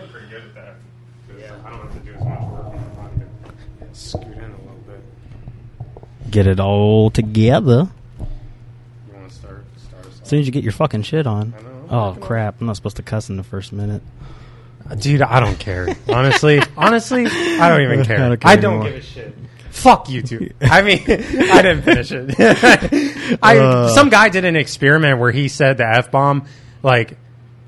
I'm pretty good at that. 'cause Yeah. I don't have to do as much work when I'm not here. Yeah, scoot in a little bit. Get it all together. You want to start? Start us As soon as you get your fucking shit on. I know. Oh crap! I'm not supposed to cuss in the first minute. Dude, I don't care. Honestly, honestly, I don't even care. I I don't, don't care anymore. give a shit. Fuck you two. I mean, I didn't finish it. I Uh. some guy did an experiment where he said the f bomb like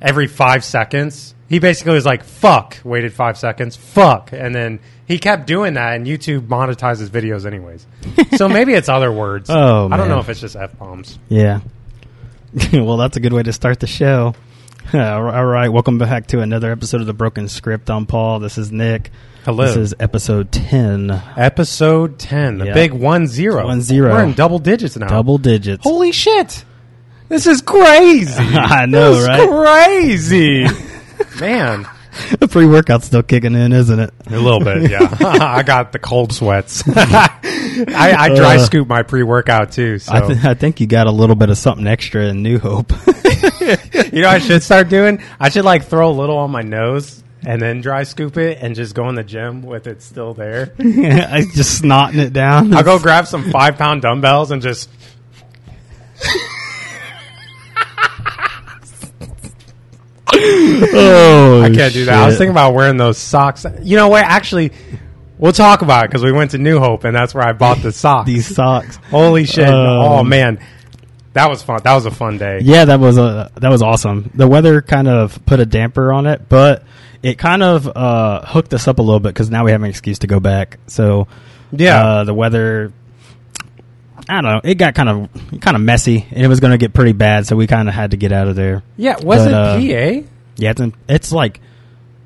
every five seconds. He basically was like, "Fuck," waited five seconds, "Fuck," and then he kept doing that. And YouTube monetizes videos anyways, so maybe it's other words. Oh, I don't man. know if it's just f bombs. Yeah. well, that's a good way to start the show. all right, welcome back to another episode of the Broken Script. I'm Paul. This is Nick. Hello. This is episode ten, Episode ten, the Yeah. big one zero. One zero. We're in double digits now. double digits. Holy shit! This is crazy. I know, This is right? Crazy, man. The pre workout's still kicking in, isn't it? A little bit, yeah. I got the cold sweats. I, I dry Uh, scoop my pre workout too. So I, th- I think you got a little bit of something extra in New Hope. you know, what I should start doing. I should like throw a little on my nose and then dry scoop it, and just go in the gym with it still there. I just snotting it down. I'll go grab some five pound dumbbells and just. Oh, I can't do that. I was thinking about wearing those socks. You know what? Actually, we'll talk about it because we went to New Hope, and that's where I bought the socks. these socks. Holy shit! oh Um, man, that was fun. That was a fun day. Yeah, that was a that was awesome. The weather kind of put a damper on it, but it kind of uh, hooked us up a little bit because now we have an excuse to go back. So Yeah. uh, the weather. I don't know. It got kind of kind of messy, and it was going to get pretty bad, so we kind of had to get out of there. Yeah, was But, it uh, PA? Yeah, it's, in, it's like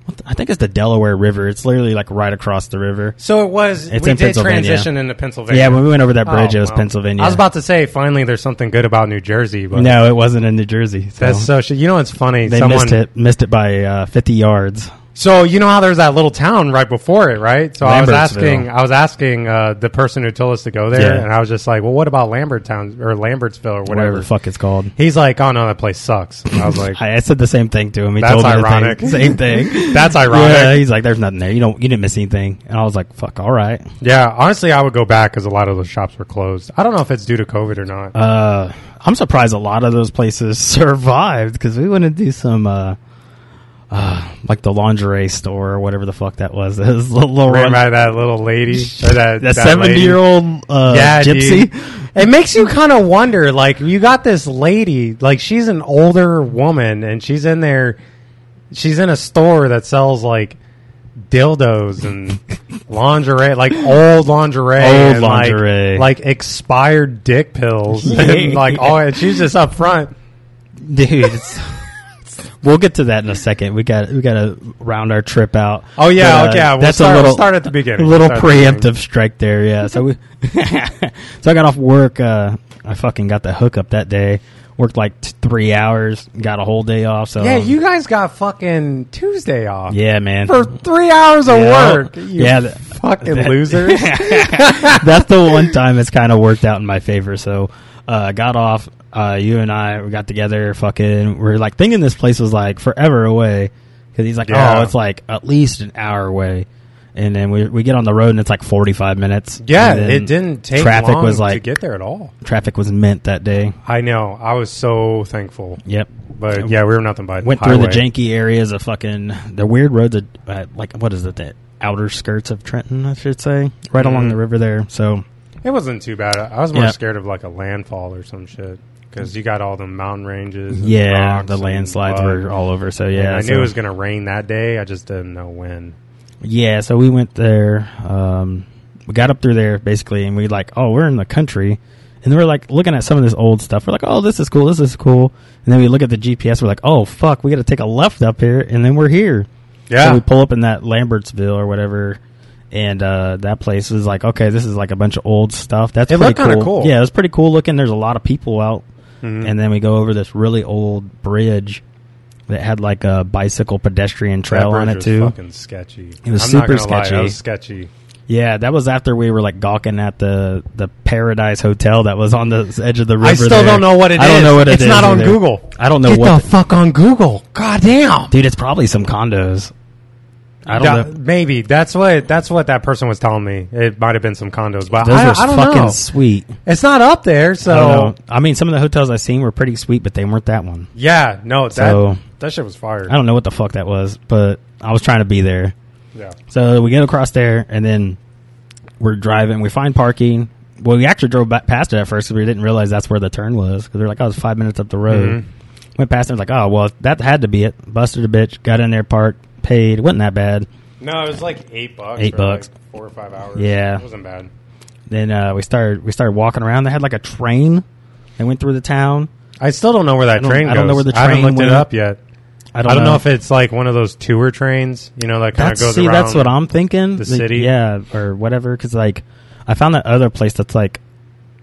what the- I think it's the Delaware River. It's literally like right across the river. So it was. It's we in did Pennsylvania. transition into Pennsylvania. Yeah, when we went over that bridge, Oh, it was wow. Pennsylvania. I was about to say, finally, there's something good about New Jersey, but no, it wasn't in New Jersey. So that's so. shit. You know, it's funny. they someone, missed it missed it by uh, fifty yards. So you know how there's that little town right before it, right? So I was Lambertsville. asking, I was asking uh, the person who told us to go there, Yeah. and I was just like, "Well, what about Lambertown or Lambertsville or Whatever, whatever?" the fuck it's called. He's like, "Oh no, that place sucks." And I was like, I, I said the same thing to him. He That's told me the ironic. thing- same thing. "That's ironic." yeah, he's like, "There's nothing there. You don't. You didn't miss anything." And I was like, "Fuck, all right." Yeah, honestly, I would go back because a lot of those shops were closed. I don't know if it's due to COVID or not. Uh, I'm surprised a lot of those places survived because we went to do some, uh, uh, like the lingerie store or whatever the fuck that was. It was a little Ran run- by that little lady, or that, that seventy year old uh, gypsy. It makes you kind of wonder. Like you got this lady, like she's an older woman, and she's in there. She's in a store that sells like dildos and lingerie, like old lingerie, Old and, like- lingerie. like, expired dick pills, and like all. And she's just up front. dude. It's, we'll get to that in a second. We got we got to round our trip out. Oh, yeah, But, uh, okay, yeah, we'll that's start- a little start at the beginning. A little Start at the beginning. preemptive strike there. Yeah. So we so I got off work. Uh, I fucking got the hookup that day. Worked like t- three hours. Got a whole day off. So Yeah, you guys got fucking Tuesday off. Yeah, man. for three hours of Yeah. work. You Yeah, th- fucking that- losers. that's the one time it's kind of worked out in my favor. So uh, got off. Uh, you and I we got together. Fucking, we're like thinking this place was like forever away because he's like, Yeah. oh, it's like at least an hour away. And then we we get on the road and it's like forty five minutes. yeah, And then it didn't take traffic long was like to get there at all. traffic was mint that day. I know. I was so thankful, Yep. but yeah, we were nothing but Went highway. through the janky areas of fucking the weird roads of, uh, like what is it the outer skirts of Trenton I should say right along Mhm. the river there. So It wasn't too bad. I was more Yeah. scared of like a landfall or some shit because you got all the mountain ranges. and yeah, rocks the and landslides mud. were all over. So And yeah, I so- knew it was going to rain that day. I just didn't know when. Yeah, so we went there. Um, we got up through there basically, and we like, oh, we're in the country, and we're like looking at some of this old stuff. We're like, oh, this is cool, this is cool, and then we look at the GPS. We're like, oh fuck, we got to take a left up here, and then we're here. Yeah, So we pull up in that Lambertsville or whatever, and uh, that place was like, okay, this is like a bunch of old stuff. That's It pretty looked kinda cool. Yeah, it was pretty cool looking. There's a lot of people out, Mhm. and then we go over this really old bridge that had like a bicycle pedestrian That trail on bridge it was too. Fucking sketchy. It was I'm super not gonna Lie, sketchy. it was sketchy. Yeah, that was after we were like gawking at the the Paradise Hotel that was on the edge of the river. I still there. don't know what it is. I don't know what it it's is not on either. Google. I don't know Get what. the fuck on Google. God damn. Dude, it's probably some condos. I don't Yeah, know. Maybe that's what that's what that person was telling me. It might have been some condos, but Those I, are I don't fucking know. sweet. It's not up there, I so don't know. I mean, some of the hotels I've seen were pretty sweet, but they weren't that one. yeah, no, that So- that shit was fire. I don't know what the fuck that was, but I was trying to be there. Yeah, So we get across there, and then we're driving. We find parking. Well, we actually drove back past it at first because we didn't realize that's where the turn was. Because they're like, "Oh, it's five minutes up the road." Mhm. Went past it, was like, "Oh, well, that had to be it." Busted a bitch. Got in there, parked, paid. wasn't that bad. no, it was like eight bucks. Eight for bucks. like four or five hours. Yeah. it wasn't bad. Then uh, we started we started walking around. They had like a train. They went through the town. I still don't know where that don't- train. I don't goes. know where the I haven't train looked went. it up yet. I I don't, don't, know. if it's like one of those tour trains. You know that kind of that's goes see. around. That's what I'm thinking. the city? yeah, or whatever. Because like, I found that other place that's like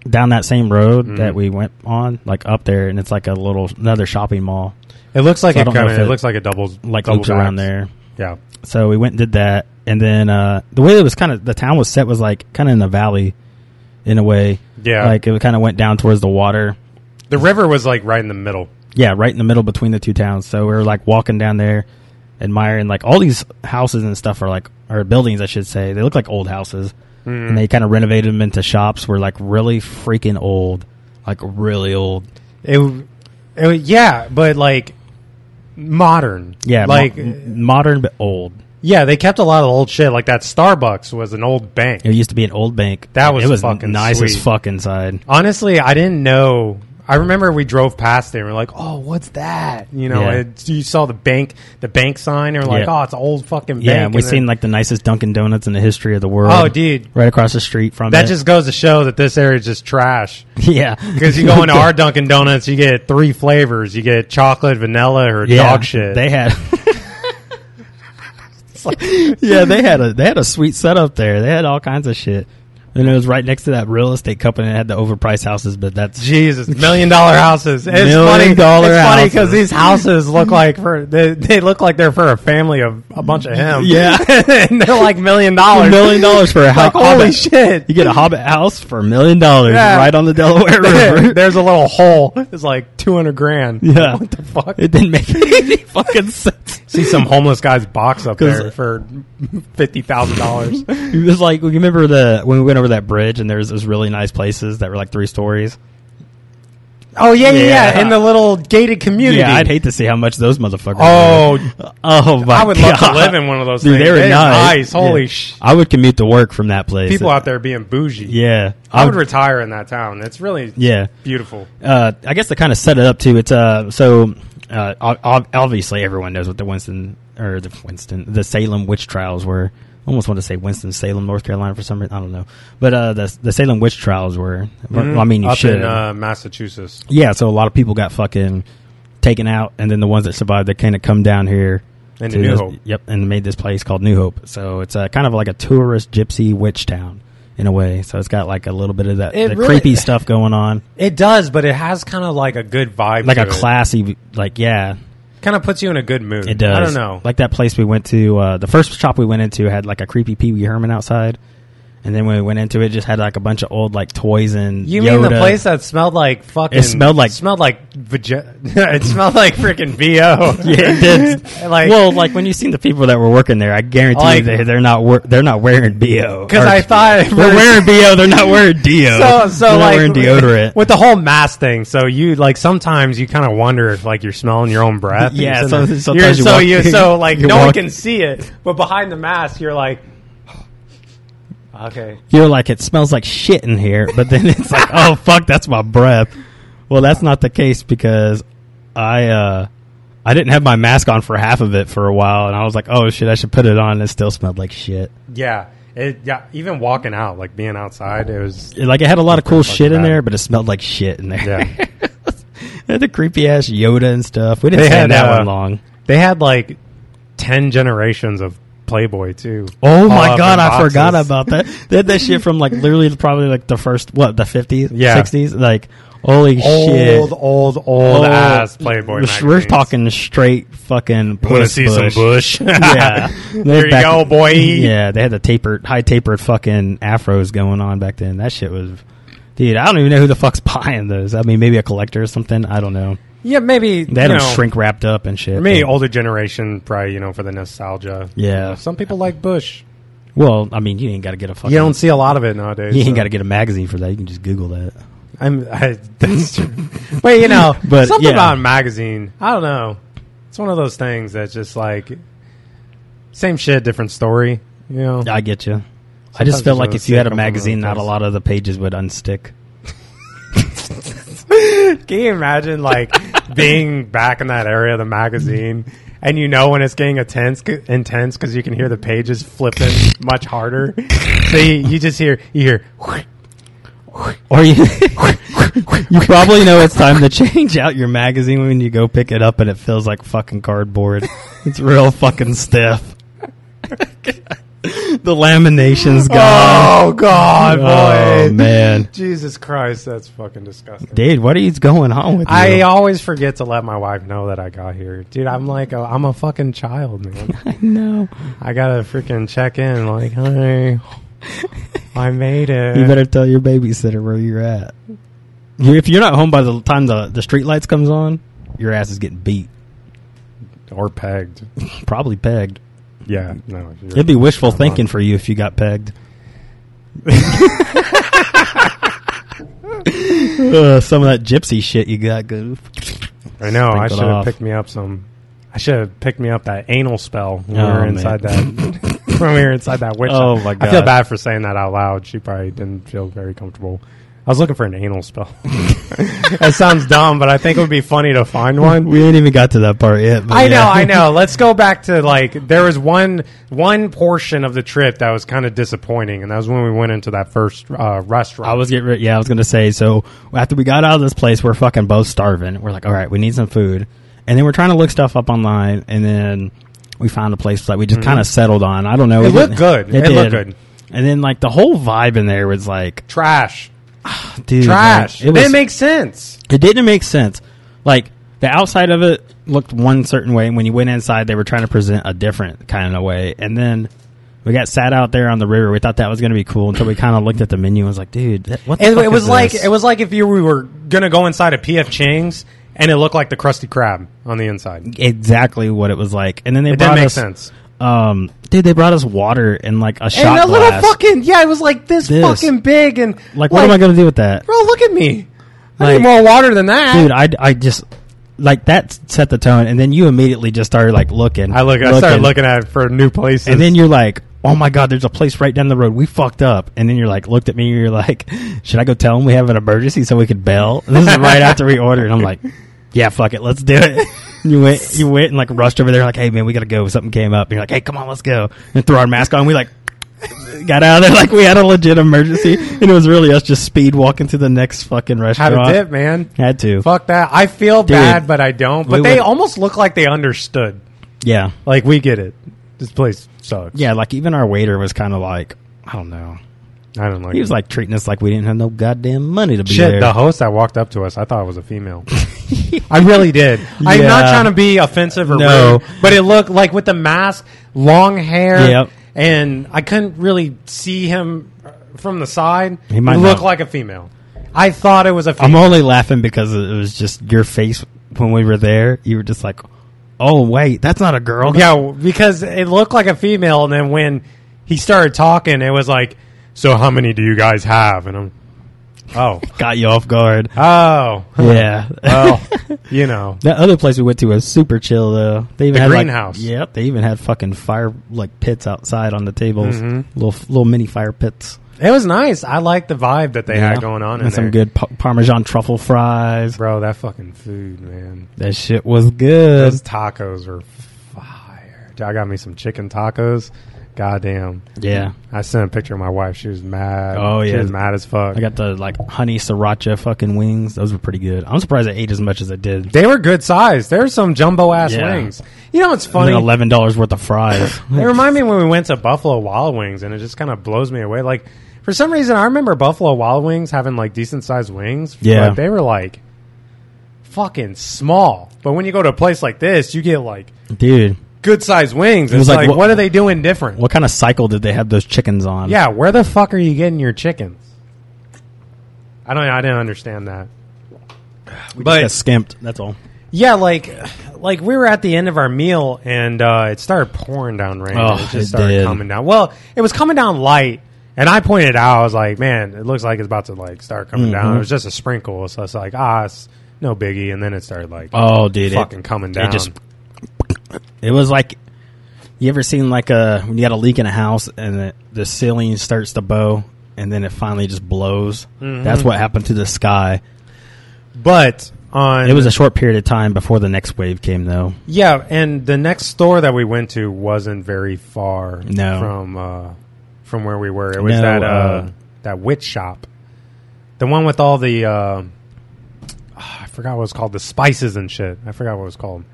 down that same road Mhm. that we went on, like up there, and it's like a little another shopping mall, It looks like So I it don't know kind of. if It, it, looks like it doubles like double loops around backs. there. Yeah, So we went and did that, and then uh, the way it was kind of the town was set was like kind of in the valley, in a way. Yeah. like it kind of went down towards the water. the river was like right in the middle. Yeah, right in the middle between the two towns. So we were like walking down there, admiring like all these houses and stuff are like or buildings, I should say. They look like old houses, Hmm. and they kind of renovated them into shops. Were like really freaking old, like really old. It, w- it w- yeah, but like modern. Yeah, mo- like m- modern but old. yeah, they kept a lot of old shit. Like that Starbucks was an old bank. It used to be an old bank. That and was it was fucking nice as sweet. fuck inside. Honestly, I didn't know. I remember we drove past there and we're like, "Oh, what's that?" You know, Yeah. it, you saw the bank, the bank sign, and we're like, Yeah. "Oh, it's an old fucking bank." Yeah, and we then- seen like the nicest Dunkin' Donuts in the history of the world. Oh, dude. right across the street from that it. just goes to show that this area is just trash. yeah, Because you go into our Dunkin' Donuts, you get three flavors. You get chocolate, vanilla, or Yeah, dog shit. They had. yeah, they had a they had a sweet setup there. They had all kinds of shit, and it was right next to that real estate company that had the overpriced houses. But that's Jesus, million dollar houses. It's Million funny. dollar it's funny houses. because these houses look like for they, they look like they're for a family of a bunch of him. Yeah. and they're like million dollars. million dollars for a Like house. holy shit. You get a Hobbit house for a million dollars Yeah. right on the Delaware River. There's a little hole. It's like two hundred grand. Yeah. What the fuck? it didn't make any fucking sense. See some homeless guy's box up 'Cause- there for fifty thousand dollars. It was like you remember the when we went over that bridge and there's those really nice places that were like three stories. Oh yeah, yeah, yeah, Yeah. In the little gated community. Yeah, I'd hate to see how much those motherfuckers. Oh, were. oh my! I would love to God. live in one of those Dude, things. they were It is nice. nice. Holy Yeah. sh- I would commute to work from that place. People out there being bougie. Yeah, I would retire in that town. It's really yeah, beautiful. uh, I guess to kind of set it up too. It's uh, so uh, ob- ob- obviously everyone knows what the Winston or the Winston, the Salem witch trials were. I almost want to say Winston Salem, North Carolina, for some reason. I don't know, but uh, the the Salem witch trials were. Well, I mean, you Mm-hmm. up should. in uh, Massachusetts. yeah, so a lot of people got fucking taken out, and then the ones that survived, they kind of come down here. And to to New this- Hope. Yep, and made this place called New Hope. So it's uh, kind of like a tourist gypsy witch town in a way. So it's got like a little bit of that It the really- creepy stuff going on, It does, but it has kind of like a good vibe, like to a classy, like yeah, Kind of puts you in a good mood. it does. I don't know. Like that place we went to, uh, the first shop we went into had like a creepy Pee Wee Herman outside, and then when we went into it, it just had like a bunch of old like toys and you Yoda. mean the place that smelled like fucking? It smelled like- smelled like vagi- It smelled like freaking VO. yeah, it did. Like- well, like when you seen the people that were working there, I guarantee Like- you they, they're not wor- they're not wearing bo. Because Or- I thought They're wearing bo. They're not wearing do. so so they're not like wearing deodorant. with the whole mask thing. So you like sometimes you kind of wonder if like you're smelling your own breath. Yeah, You're so- sitting there- sometimes you're, you so walk- you so like you no one walk- can see it, but behind the mask you're like, okay, You're like, it smells like shit in here, but then it's like, oh fuck, that's my breath. Well, that's not the case because I uh I didn't have my mask on for half of it for a while, and I was like, oh shit, I should put it on. And it still smelled like shit. yeah. It, yeah, even walking out, like being outside, it was It- like it had a lot of cool fucking shit in bad. there, but it smelled like shit in there. yeah. It had the creepy ass Yoda and stuff. We didn't They stay in had, that uh, one long. they had like ten generations of Playboy too. Oh All up my in god, I boxes. forgot about that. They had that shit from like literally probably like the first what the fifties, Yeah. sixties. Like holy shit, old, old, old, Oh, ass Playboy. We're, we're magazines. talking straight fucking. Want to puss see bush. some bush? Yeah, There you go, boy. Yeah, they had the tapered, high tapered fucking afros going on back then. That shit was, dude. I don't even know who the fuck's buying those. I mean, maybe a collector or something. I don't know. Yeah, maybe They had you them know, shrink wrapped up and shit. For me, but- older generation probably you know for the nostalgia. Yeah. Some people like Bush. Well, I mean, you ain't got to get a fucking. You don't see a lot of it nowadays. you ain't so. got to get a magazine for that. You can just Google that. I'm. I, that's true. but you know, But, something yeah. about a magazine. I don't know. It's one of those things that's just like same shit, different story. You know. I get you. I just Sometimes felt you like know, if you had they a come from other magazine, not a places. lot of the pages would unstick. Can you imagine like being back in that area of the magazine? And you know when it's getting intense, intense because you can hear the pages flipping much harder. So you, you just hear you hear Oh, Or you, you probably know it's time to change out your magazine when you go pick it up and it feels like fucking cardboard. It's real fucking stiff. the lamination's gone. Oh God, Oh, boy, man. Jesus Christ, that's fucking disgusting. Dude, what is going on with you? I always forget to let my wife know that I got here, dude. I'm like, a, I'm a fucking child, man. know. I gotta freaking check in, like, hey, I made it. You better tell your babysitter where you're at. You- If you're not home by the time the, the street lights comes on, your ass is getting beat. or pegged. Probably pegged. Yeah, no, you're- It'd be wishful thinking for you if you got pegged. uh, some of that gypsy shit you got good. I know. I Sprinkled should have off. picked me up some. I should have picked me up that anal spell when Oh, we were man. inside that. when we were inside that witch. Oh, hunt. my I feel God. bad for saying that out loud. She probably didn't feel very comfortable. I was looking for an anal spell. that sounds dumb, but I think it would be funny to find one. We ain't even got to that part yet. but I know, yeah. I know. Let's go back to like there was one one portion of the trip that was kind of disappointing, and that was when we went into that first uh, restaurant. I was getting re- yeah, I was gonna say. So after we got out of this place, we're fucking both starving. We're like, all right, we need some food, and then we're trying to look stuff up online, and then we found a place that we just kind of settled on. I don't know. Mm-hmm. It We looked didn't- good. It looked good. And then like the whole vibe in there was like, trash, dude, trash. like, it it was didn't make sense. it didn't make sense. Like the outside of it looked one certain way, and when you went inside, they were trying to present a different kind of way. And then we got sat out there on the river. We thought that was going to be cool until we kind of looked at the menu and was like, dude, that- what? The And fuck it is was like this? it was like if you we were gonna go inside a PF Chang's and it looked like the Krusty Krab on the inside. It exactly what it was like. And then they didn't brought make us, sense. um, dude, they brought us water and like a shot And a little glass. fucking yeah, it was like this, This. fucking big and like, what am I going to do with that, Bro, look at me. I Like- need more water than that, dude? I, I just like that set the tone, and then you immediately just started like looking. I look. I started looking at it for new places, and then you're like, "Oh my god, there's a place right down the road. We fucked up." And then you're like, looked at me, and you're like, "Should I go tell them we have an emergency so we could bail?" And this is right after we ordered, and I'm like, "Yeah, fuck it, let's do it." And you went, you went, and like rushed over there, like, "Hey man, we gotta go. Something came up." And you're like, "Hey, come on, let's go." And threw our mask on. We like. Got out of there like we had a legit emergency, and it was really us just speed walking to the next fucking had restaurant. a dip, man. Had to, Fuck that. I feel Dude, bad, but I don't. But we they would- almost look like they understood. yeah, Like we get it. This place sucks. yeah. Like even our waiter was kind of like, I don't know. I don't like. He was like treating us like we didn't have no goddamn money to be shit. there. The host that walked up to us, I thought it was a female. I really did. I'm not Yeah. trying to be offensive or No. rude, but it looked like with the mask, long hair, Yep. and I couldn't really see him uh, from the side. He might It looked not. like a female. I thought it was a I'm female. only laughing because it was just your face when we were there. You were just like, "Oh wait, that's not a girl." Yeah, w- because it looked like a female, and then when he started talking, it was like, "So how many do you guys have?" And I'm, "Oh, got you off guard. oh, yeah. well, you know, that other place we went to was super chill though. They even The had like- greenhouse. yep. They even had fucking fire like pits outside on the tables, Mm-hmm. little little mini fire pits. it was nice. I liked the vibe that they Yeah. had going on in and some there. good pa- Parmesan truffle fries. bro. That fucking food, man. That shit was good. Those tacos were fire. Dude, I got me some chicken tacos. Goddamn, yeah, I sent a picture of my wife. She was mad. Oh, she yeah. was mad as fuck. I got the like honey sriracha fucking wings. Those were pretty good. I'm surprised I ate as much as I did. they were good size. There's some jumbo ass Yeah. wings. You know what's And funny? then eleven dollars worth of fries. They remind me when we went to Buffalo Wild Wings, and it just kind of blows me away. Like for some reason, I remember Buffalo Wild Wings having like decent sized wings. Yeah. but they were like fucking small. But when you go to a place like this, you get like Dude, good sized wings. It's was like, like, what- what, are they doing different? what kind of cycle did they have those chickens on? Yeah, where the fuck are you getting your chickens? I don't. I didn't understand that. we just but- got skimped. That's all. Yeah, like like we were at the end of our meal and uh, it started pouring down rain. Oh, it just it started did. coming down. Well, it was coming down light, and I pointed out, I was like, "Man, it looks like it's about to like start coming Mm-hmm. down." It was just a sprinkle, so it's like, ah, it's no biggie. And then it started like Oh, dude, fucking coming down. It just it was like you ever seen like a when you got a leak in a house and the, the ceiling starts to bow and then it finally just blows. Mm-hmm. That's what happened to the sky. but on It was a short period of time before the next wave came, though. Yeah, and the next store that we went to wasn't very far No. from uh, from where we were. It was No, that uh, uh, that witch shop, the one with all the uh, ah, I forgot what it's called, the spices and shit. I forgot what it was called.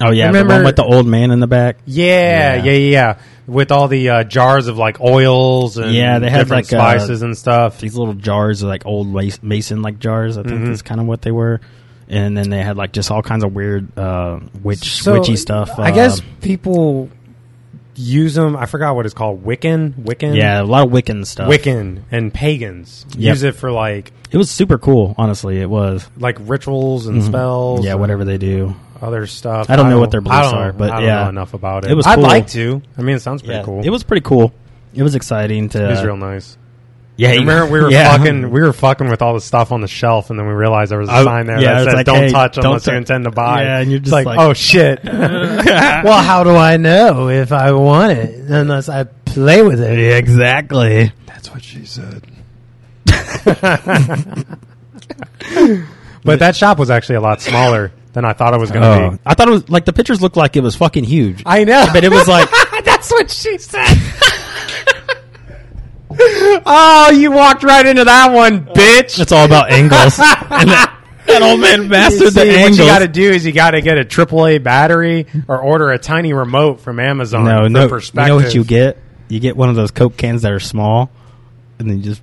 Oh yeah, the Remember- one with the old man in the back. Yeah, Yeah. yeah, yeah, yeah. With all the uh, jars of like oils and Yeah, they had, different like, uh, spices and stuff. These little jars are like old lace- mason like jars. I think Mm-hmm. that's kind of what they were. And then they had like just all kinds of weird uh, witch So, witchy stuff. I guess Um, people use them. I forgot what it's called. Wiccan, Wiccan, yeah, a lot of Wiccan stuff. Wiccan and pagans Yep. use it for like It was super cool, honestly. It was. like rituals and spells. Mm-hmm. Yeah, and whatever they do. other stuff. I don't know what their I beliefs don't- are, but I don't yeah. know enough about it. It was I'd cool. like to. I mean, it sounds pretty yeah, cool. It was pretty cool. It was exciting to. It was real nice. Yeah, you- Remember we were yeah. fucking we were fucking with all the stuff on the shelf, and then we realized there was a I- sign there yeah, that it's said like, "Don't hey, touch don't unless tou- you intend to buy." Yeah, and you're It's just like- "Oh shit." well, how do I know if I want it unless I play with it? Yeah, exactly. That's what she said. but that shop was actually a lot smaller than I thought it was going to Oh, be. I thought it was like the pictures looked like it was fucking huge, I know, but it was like That's what she said. oh, you walked right into that one, bitch. it's all about angles. and that, that old man You mastered see, the what angles. you got to do is you got to get a AAA battery or order a tiny remote from Amazon. no, for no. perspective. You know what you get? You get one of those Coke cans that are small, and then you just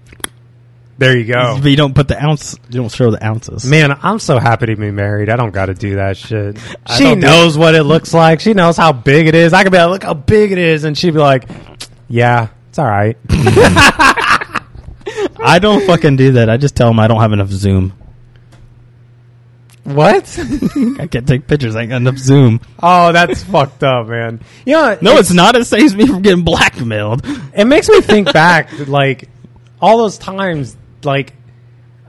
There you go. but you don't put the ounce. You don't show the ounces. Oh. Man, I'm so happy to be married. I don't got to do that shit. I She don't do- knows what it looks like. She knows how big it is. I could be like, look how big it is, and she'd be like, yeah, it's all right. I don't fucking do that. I just tell them I don't have enough zoom. what? I can't take pictures. I ain't got enough zoom. oh, that's fucked up, man. You know, No, it's not. It saves me from getting blackmailed. it makes me think back like all those times like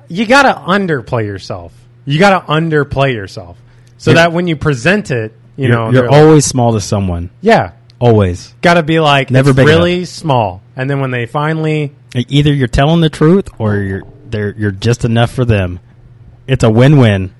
you gotta underplay yourself you gotta underplay yourself so Yeah. that when you present it you know you're, they're like- always small to someone. yeah Always. gotta be like Never it's big enough. really small and then when they finally Either you're telling the truth or you're they're, you're just enough for them. It's a win-win.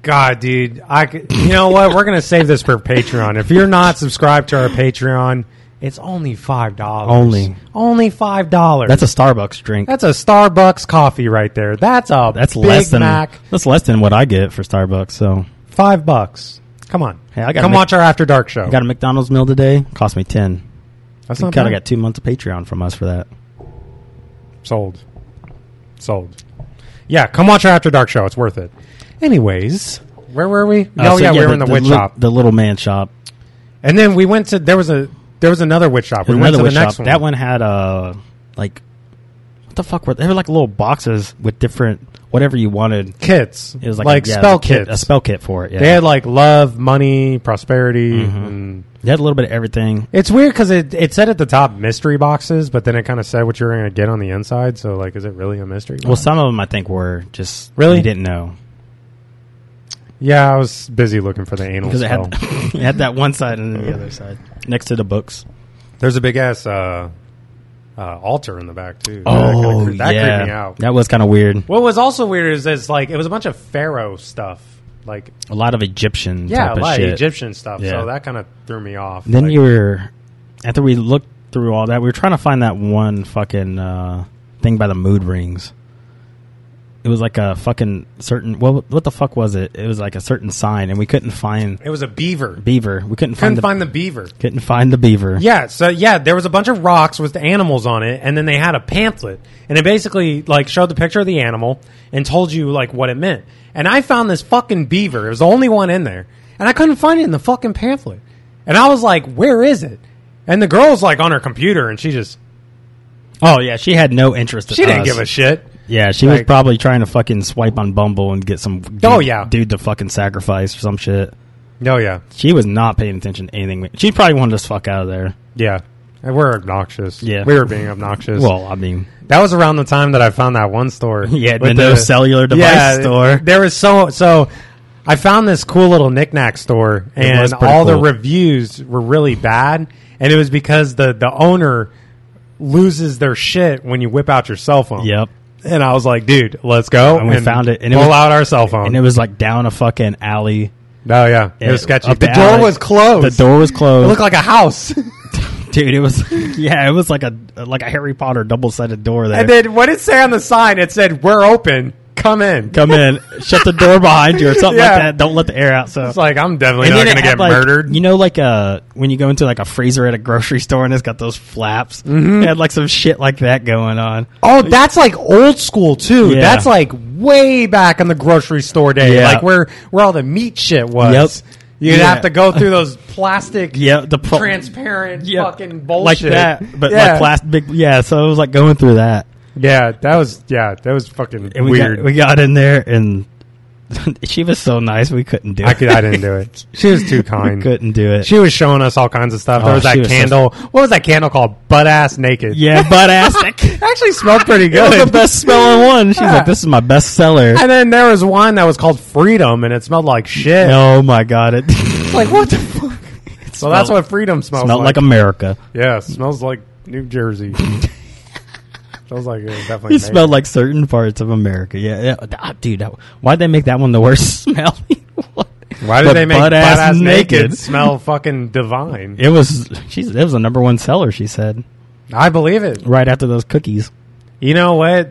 God, dude, I could, you know what? We're gonna save this for Patreon. If you're not subscribed to our Patreon, it's only five dollars. Only. only five dollars. That's a Starbucks drink. that's a Starbucks coffee right there. That's a That's Big less than Mac. that's less than what I get for Starbucks. So Five bucks. Come on. Hey, I got Come a Mc- watch our After Dark show. I got a McDonald's meal today. Cost me ten. That's God, not I bad. got two months of Patreon from us for that. Sold. Sold. Yeah, come watch our After Dark show. It's worth it. Anyways, where were we? Uh, oh so yeah, we were in the, witch li- shop, the little man shop. and then we went to there was a there was another witch shop. We went Another to the witch next shop. one. That one had uh like what the fuck were they were like little boxes with different whatever you wanted. kits. It was like, a, yeah, spell a kit, kits. a spell kit for it. Yeah, They had like love, money, prosperity, Mm-hmm. and They had a little bit of everything. it's weird because it it said at the top mystery boxes, but then it kind of said what you're going to get on the inside. So like, is it really a mystery? Well, Box? some of them I think were just Really? you didn't know yeah, I was busy looking for the anal because it spell. had it had that one side and then the other side next to the books. There's a big ass uh, uh, altar in the back too. Oh, that, kinda cre- that yeah, creeped me out. that was kind of weird. What was also weird is, is like it was a bunch of pharaoh stuff, like A lot of Egyptian yeah, type a lot of of shit. Egyptian stuff. Yeah. So that kind of threw me off. Then Like, you were after we looked through all that, we were trying to find that one fucking uh, thing by the mood rings. It was like a fucking certain what what the fuck was it? It was like a certain sign, and we couldn't find it was a beaver. beaver. We couldn't find Couldn't the find the beaver. couldn't find the beaver. Yeah, so yeah, there was a bunch of rocks with animals on it, and then they had a pamphlet, and it basically like showed the picture of the animal and told you like what it meant. And I found this fucking beaver. It was the only one in there, and I couldn't find it in the fucking pamphlet. And I was like, "Where is it?" And the girl's like on her computer, and she just Oh yeah, she had no interest. in she didn't us. give a shit. Yeah, she was Like- probably trying to fucking swipe on Bumble and get some dude, Oh, yeah. dude to fucking sacrifice or some shit. No, Oh, yeah, She was not paying attention to anything. She probably wanted us to fuck out of there. yeah. And we're obnoxious. Yeah. we were being obnoxious. Well, I mean, that was around the time that I found that one store. yeah, the with no cellular device yeah, store. There was so so. I found this cool little knickknack store, and was pretty all the cool. reviews were really bad, and it was because the the owner loses their shit when you whip out your cell phone. Yep. And I was like, dude, let's go. And we found it, and it pull was- out our cell phone. And it was like down a fucking alley. oh yeah, it, was sketchy. up The door alley. was closed. The door was It closed. looked like a house. Dude, it was yeah, it was like a like a Harry Potter double sided door there. and then what did it say on the sign? It said, "We're open. Come in." Come in, shut the door behind you or something Yeah. like that. Don't let the air out. So It's like I'm definitely And not then going to it had, get like- murdered. You know, like uh, when you go into like a freezer at a grocery store and it's got those flaps. Mm-hmm. It had like some shit like that going on. Oh, that's like old school too. Yeah. That's like way back in the grocery store day, Yeah. like where where all the meat shit was. Yep. You'd Yeah. have to go through those plastic, Yeah, the pro- transparent yeah, fucking bullshit like that, but yeah. like plastic. Big, yeah, so it was like going through that. Yeah, that was yeah, that was fucking And we weird. got we got in there and she was so nice we couldn't do it. I could, I didn't do it. She was too kind. we couldn't do it. She was showing us all kinds of stuff. Oh, there was she that was so- candle. what was that candle called? Butt ass naked. yeah, butt astic. actually smelled pretty It good. was the best smelling one. She's like, "This is my best seller." And then there was one that was called Freedom, and it smelled like shit. Oh my god! It Like what the fuck? So that's what freedom smells smelled like. like America. yeah, it smells like New Jersey. smells like it was definitely. It made. smelled like certain parts of America. Yeah, yeah. Ah, dude, that, why'd they make that one the worst smell? What? Why did The they make butt butt-ass ass naked, smell fucking divine? It was. She's. It was the number one seller. She said I believe it. right after those cookies. You know what?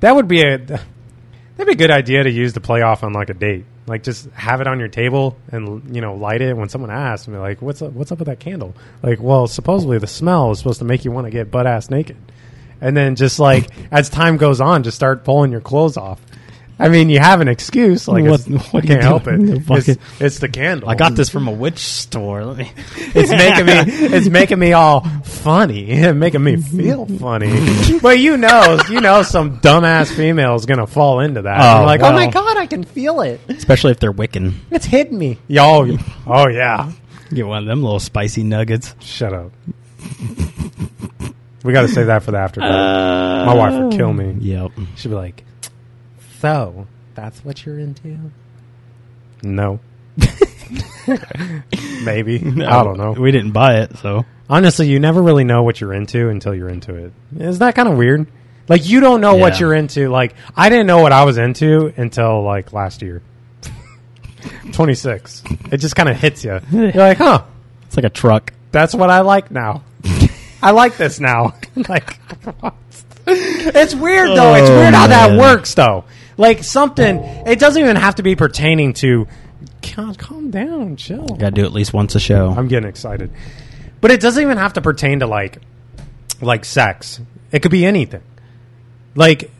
That would be a that'd be a good idea to use to play off on like a date. Like just have it on your table and you know light it when someone asks me like what's up what's up with that candle? Like well supposedly the smell is supposed to make you want to get butt ass naked. And then just like as time goes on just start pulling your clothes off. I mean you have an excuse like What- it's, what I are you can't help it. doing? The It's, fucking- it's the candle. I got this from a witch store. Let me. It's making me it's making me all funny. It's making me feel funny. But you know, you know some dumbass female is gonna fall into that. Oh, You're like, oh my well. god, I can feel it. Especially if they're Wiccan. It's hitting me. Yo oh yeah. Get one of them little spicy nuggets. Shut up. We gotta save that for the after dark. Uh, My wife would kill me. Yep. She'd be like, So, that's what you're into? No. Maybe. I don't know. We didn't buy it, so honestly, you never really know what you're into until you're into it. Isn't that kind of weird? Like you don't know what Yeah. you're into. Like I didn't know what I was into until like last year. 26. It just kind of hits you. You're like, "Huh, it's like a truck. that's what I like now. I like this now. like, what? it's weird though. It's Oh, weird how that man. works though. Like something. It doesn't even have to be pertaining to. Calm, calm down, chill. Got to do at least once a show. I'm getting excited. But it doesn't even have to pertain to like like sex. It could be anything. Like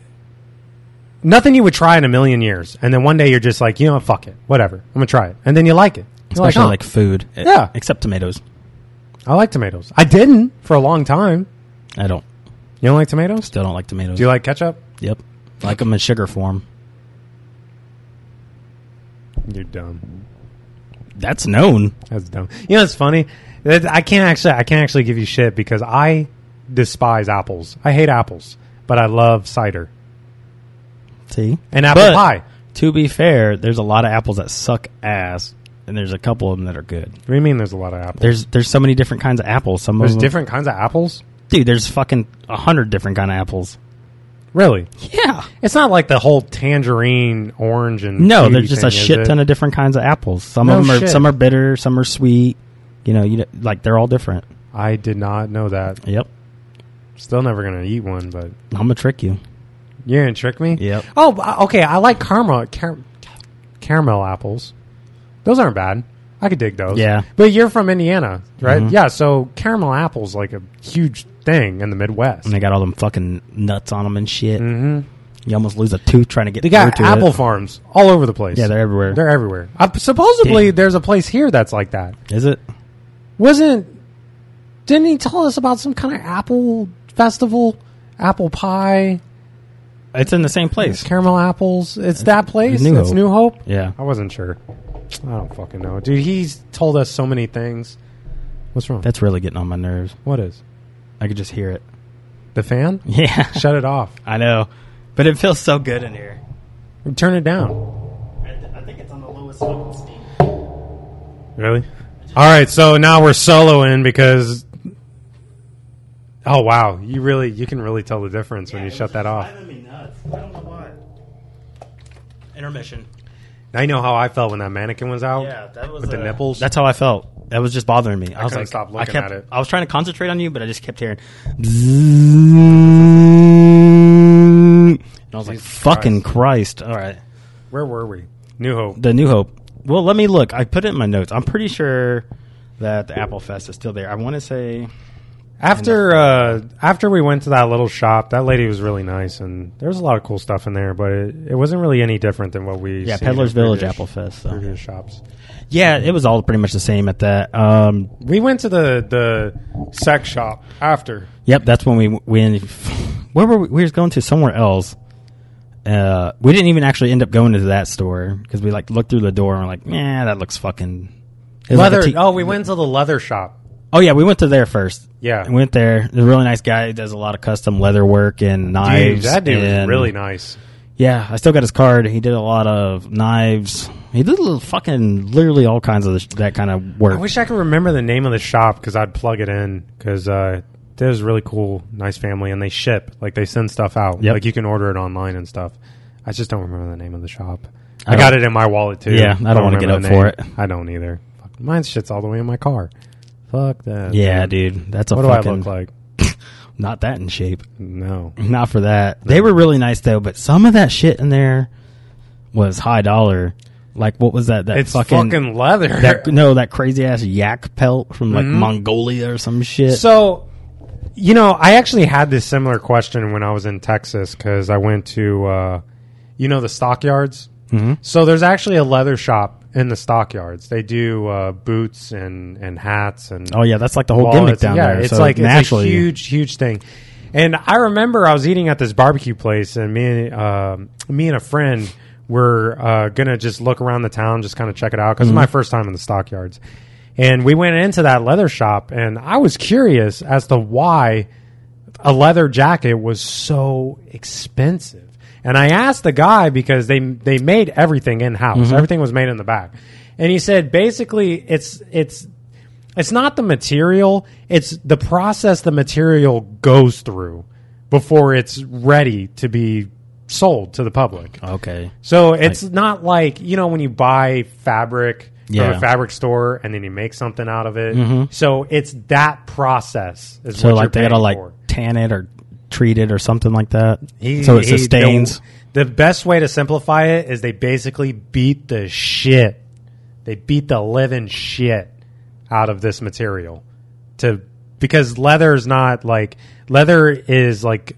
nothing you would try in a million years, and then one day you're just like, you know, what, fuck it, whatever. I'm gonna try it, and then you like it. You're like, Especially huh, like food. E- Yeah. Except tomatoes. I like tomatoes. I didn't for a long time. I don't. You don't like tomatoes? Still don't like tomatoes. Do you like ketchup? Yep. Like them in sugar form. You're dumb. That's known. That's dumb. You know, it's funny. That- I can't actually, I can't actually give you shit because I despise apples. I hate apples, but I love cider See? and apple But- pie. To be fair, there's a lot of apples that suck ass, and there's a couple of them that are good. What do you mean? There's a lot of apples. There's there's so many different kinds of apples. Some There's of them, different kinds of apples. dude. There's fucking a hundred different kind of apples. Really? Yeah. It's not like the whole tangerine, orange, and No, kiwi there's just thing, a is shit it? ton of different kinds of apples. Some No of them are shit. some are bitter, some are sweet. You know, you know, like they're all different. I did not know that. Yep. Still never gonna eat one, but I'm gonna trick you. you're gonna trick me. Yep. Oh, I- okay. I like caramel car- caramel apples. Those aren't bad. I could dig those. Yeah. But you're from Indiana, right? Mhm. Yeah. So caramel apples like a huge thing in the Midwest. And they got all them fucking nuts on them and shit. hmm You almost lose a tooth trying to get They got through to apple it. farms all over the place. Yeah, they're everywhere. They're everywhere. Uh, supposedly, Damn. there's a place here that's like that. Is it? wasn't didn't he tell us about some kind of apple festival apple pie It's in the same place. Caramel apples. It's that place. New it's Hope. New Hope. Yeah. I wasn't sure. I don't fucking know, dude. He's told us so many things. What's wrong? That's really getting on my nerves. what is I could just hear it. the fan? Yeah. Shut it off. I know. But it feels so good in here. Turn it down. I, I think it's on the lowest fucking speed. Really? All right. So now we're soloing because. Oh wow! You really you can really tell the difference when you shut that off. Intermission. I know how I felt when that mannequin was out. that was With the nipples? That's how I felt. That was just bothering me. I, was couldn't like, stop I looking kept, at it. I was trying to concentrate on you, but I just kept hearing. And I was like, Jesus "Fucking Christ!" All right, Where were we? New Hope. the New Hope. Well, let me look. I put it in my notes. I'm pretty sure that the Apple Fest is still there. I want to say After uh, after we went to that little shop, that lady was really nice, and there was a lot of cool stuff in there. But it, it wasn't really any different than what we Yeah, seen at Peddler's Village previous- Apple Fest. so. previous shops. Yeah, it was all pretty much the same at that. Um, We went to the the sex shop after. yep, that's when we when where were we? we was going to somewhere else. Uh, we didn't even actually end up going to that store because we like looked through the door and we're like, nah, that looks fucking it was like a Leather. tea- oh, we went to the leather shop. oh yeah, we went to there first. Yeah. we went there. The really nice guy who does a lot of custom leather work and knives. Dude, that dude was and- really nice. Yeah, I still got his card. He did a lot of knives. He did a little fucking literally all kinds of that kind of work. I wish I could remember the name of the shop because I'd plug it in because uh, there's really cool, nice family, and they ship like they send stuff out. Yep. Like you can order it online and stuff. I just don't remember the name of the shop. I I, got it in my wallet too. Yeah, I don't wanna get remember up the for name. it. I don't either. Fuck, mine shits all the way in my car. Fuck that. yeah, dude, that's a What do I fucking look like? not that in shape. No. Not for that. They were really nice though, but some of that shit in there was high dollar. Like what was that? That It's fucking, fucking, leather. that no, that crazy ass yak pelt from like Mongolia or some shit. Mm-hmm. So, you know, I actually had this similar question when I was in Texas because I went to, uh, you know, the stockyards. Mm-hmm. So there's actually a leather shop in the stockyards. They do uh, boots and, and hats and oh yeah, that's like the whole wallets. gimmick down yeah, there. It's so like naturally, it's a huge, huge thing. And I remember I was eating at this barbecue place, and me and um me and a friend were uh, gonna just look around the town, just kind of check it out because it's Mm-hmm. my first time in the stockyards. And we went into that leather shop, and I was curious as to why a leather jacket was so expensive. And I asked the guy because they they made everything in house. Mm-hmm. Everything was made in the back. And he said basically it's it's it's not the material, it's the process the material goes through before it's ready to be sold to the public. okay. So it's not like you know when you buy fabric from Yeah. Mm-hmm. a fabric store and then you make something out of it. So it's that process. Is So what like they you're gotta paying like for. tan it or treat it or something like that. He- so it he- sustains. The, the best way to simplify it is they basically beat the shit. They beat the living shit out of this material to because leather is not like leather is like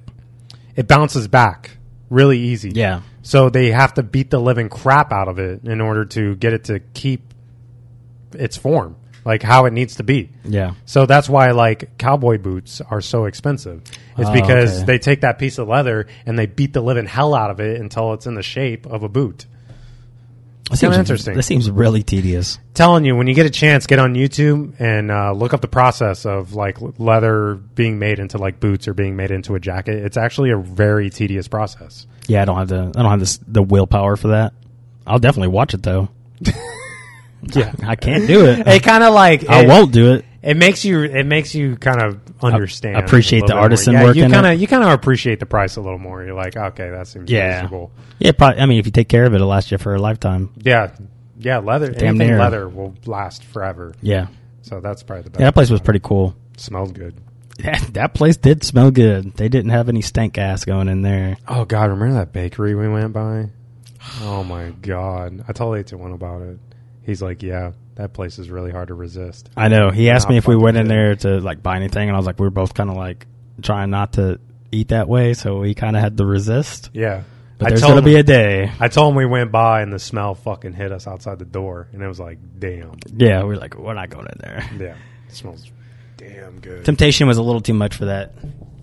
it bounces back really easy. Yeah. So they have to beat the living crap out of it in order to get it to keep its form, like how it needs to be. Yeah. So that's why like cowboy boots are so expensive. It's Oh, because okay. they take that piece of leather and they beat the living hell out of it until it's in the shape of a boot. That seems interesting. That seems really tedious. Telling you, when you get a chance, get on YouTube and uh, look up the process of like leather being made into like boots or being made into a jacket. It's actually a very tedious process. Yeah, I don't have the I don't have this, the willpower for that. I'll definitely watch it though. Yeah, I can't do it. it kind of like I it- won't do it. It makes you. It makes you kind of understand. A- appreciate a little the bit more. artisan yeah, work You in kind it. of you kind of appreciate the price a little more. You're like, okay, that seems Yeah. reasonable. Yeah, probably. I mean, if you take care of it, it'll last you for a lifetime. Yeah, yeah. Leather, Damn anything near. leather will last forever. Yeah. So that's probably the best. yeah that place was pretty cool. Smelled good. That, that place did smell good. They didn't have any stank gas going in there. Oh God, remember that bakery we went by? Oh my God, I told eight to one about it. He's like, yeah, that place is really hard to resist. I know. He asked Nah, me if we fucking went in good. there to like buy anything, and I was like, we were both kind of like trying not to eat that way, so we kind of had to resist. Yeah, But I there's told gonna him. be a day. I told him we went by and the smell fucking hit us outside the door, and it was like, damn, Yeah, we were like, we're not going in there. yeah, it smells damn good. Temptation was a little too much for that.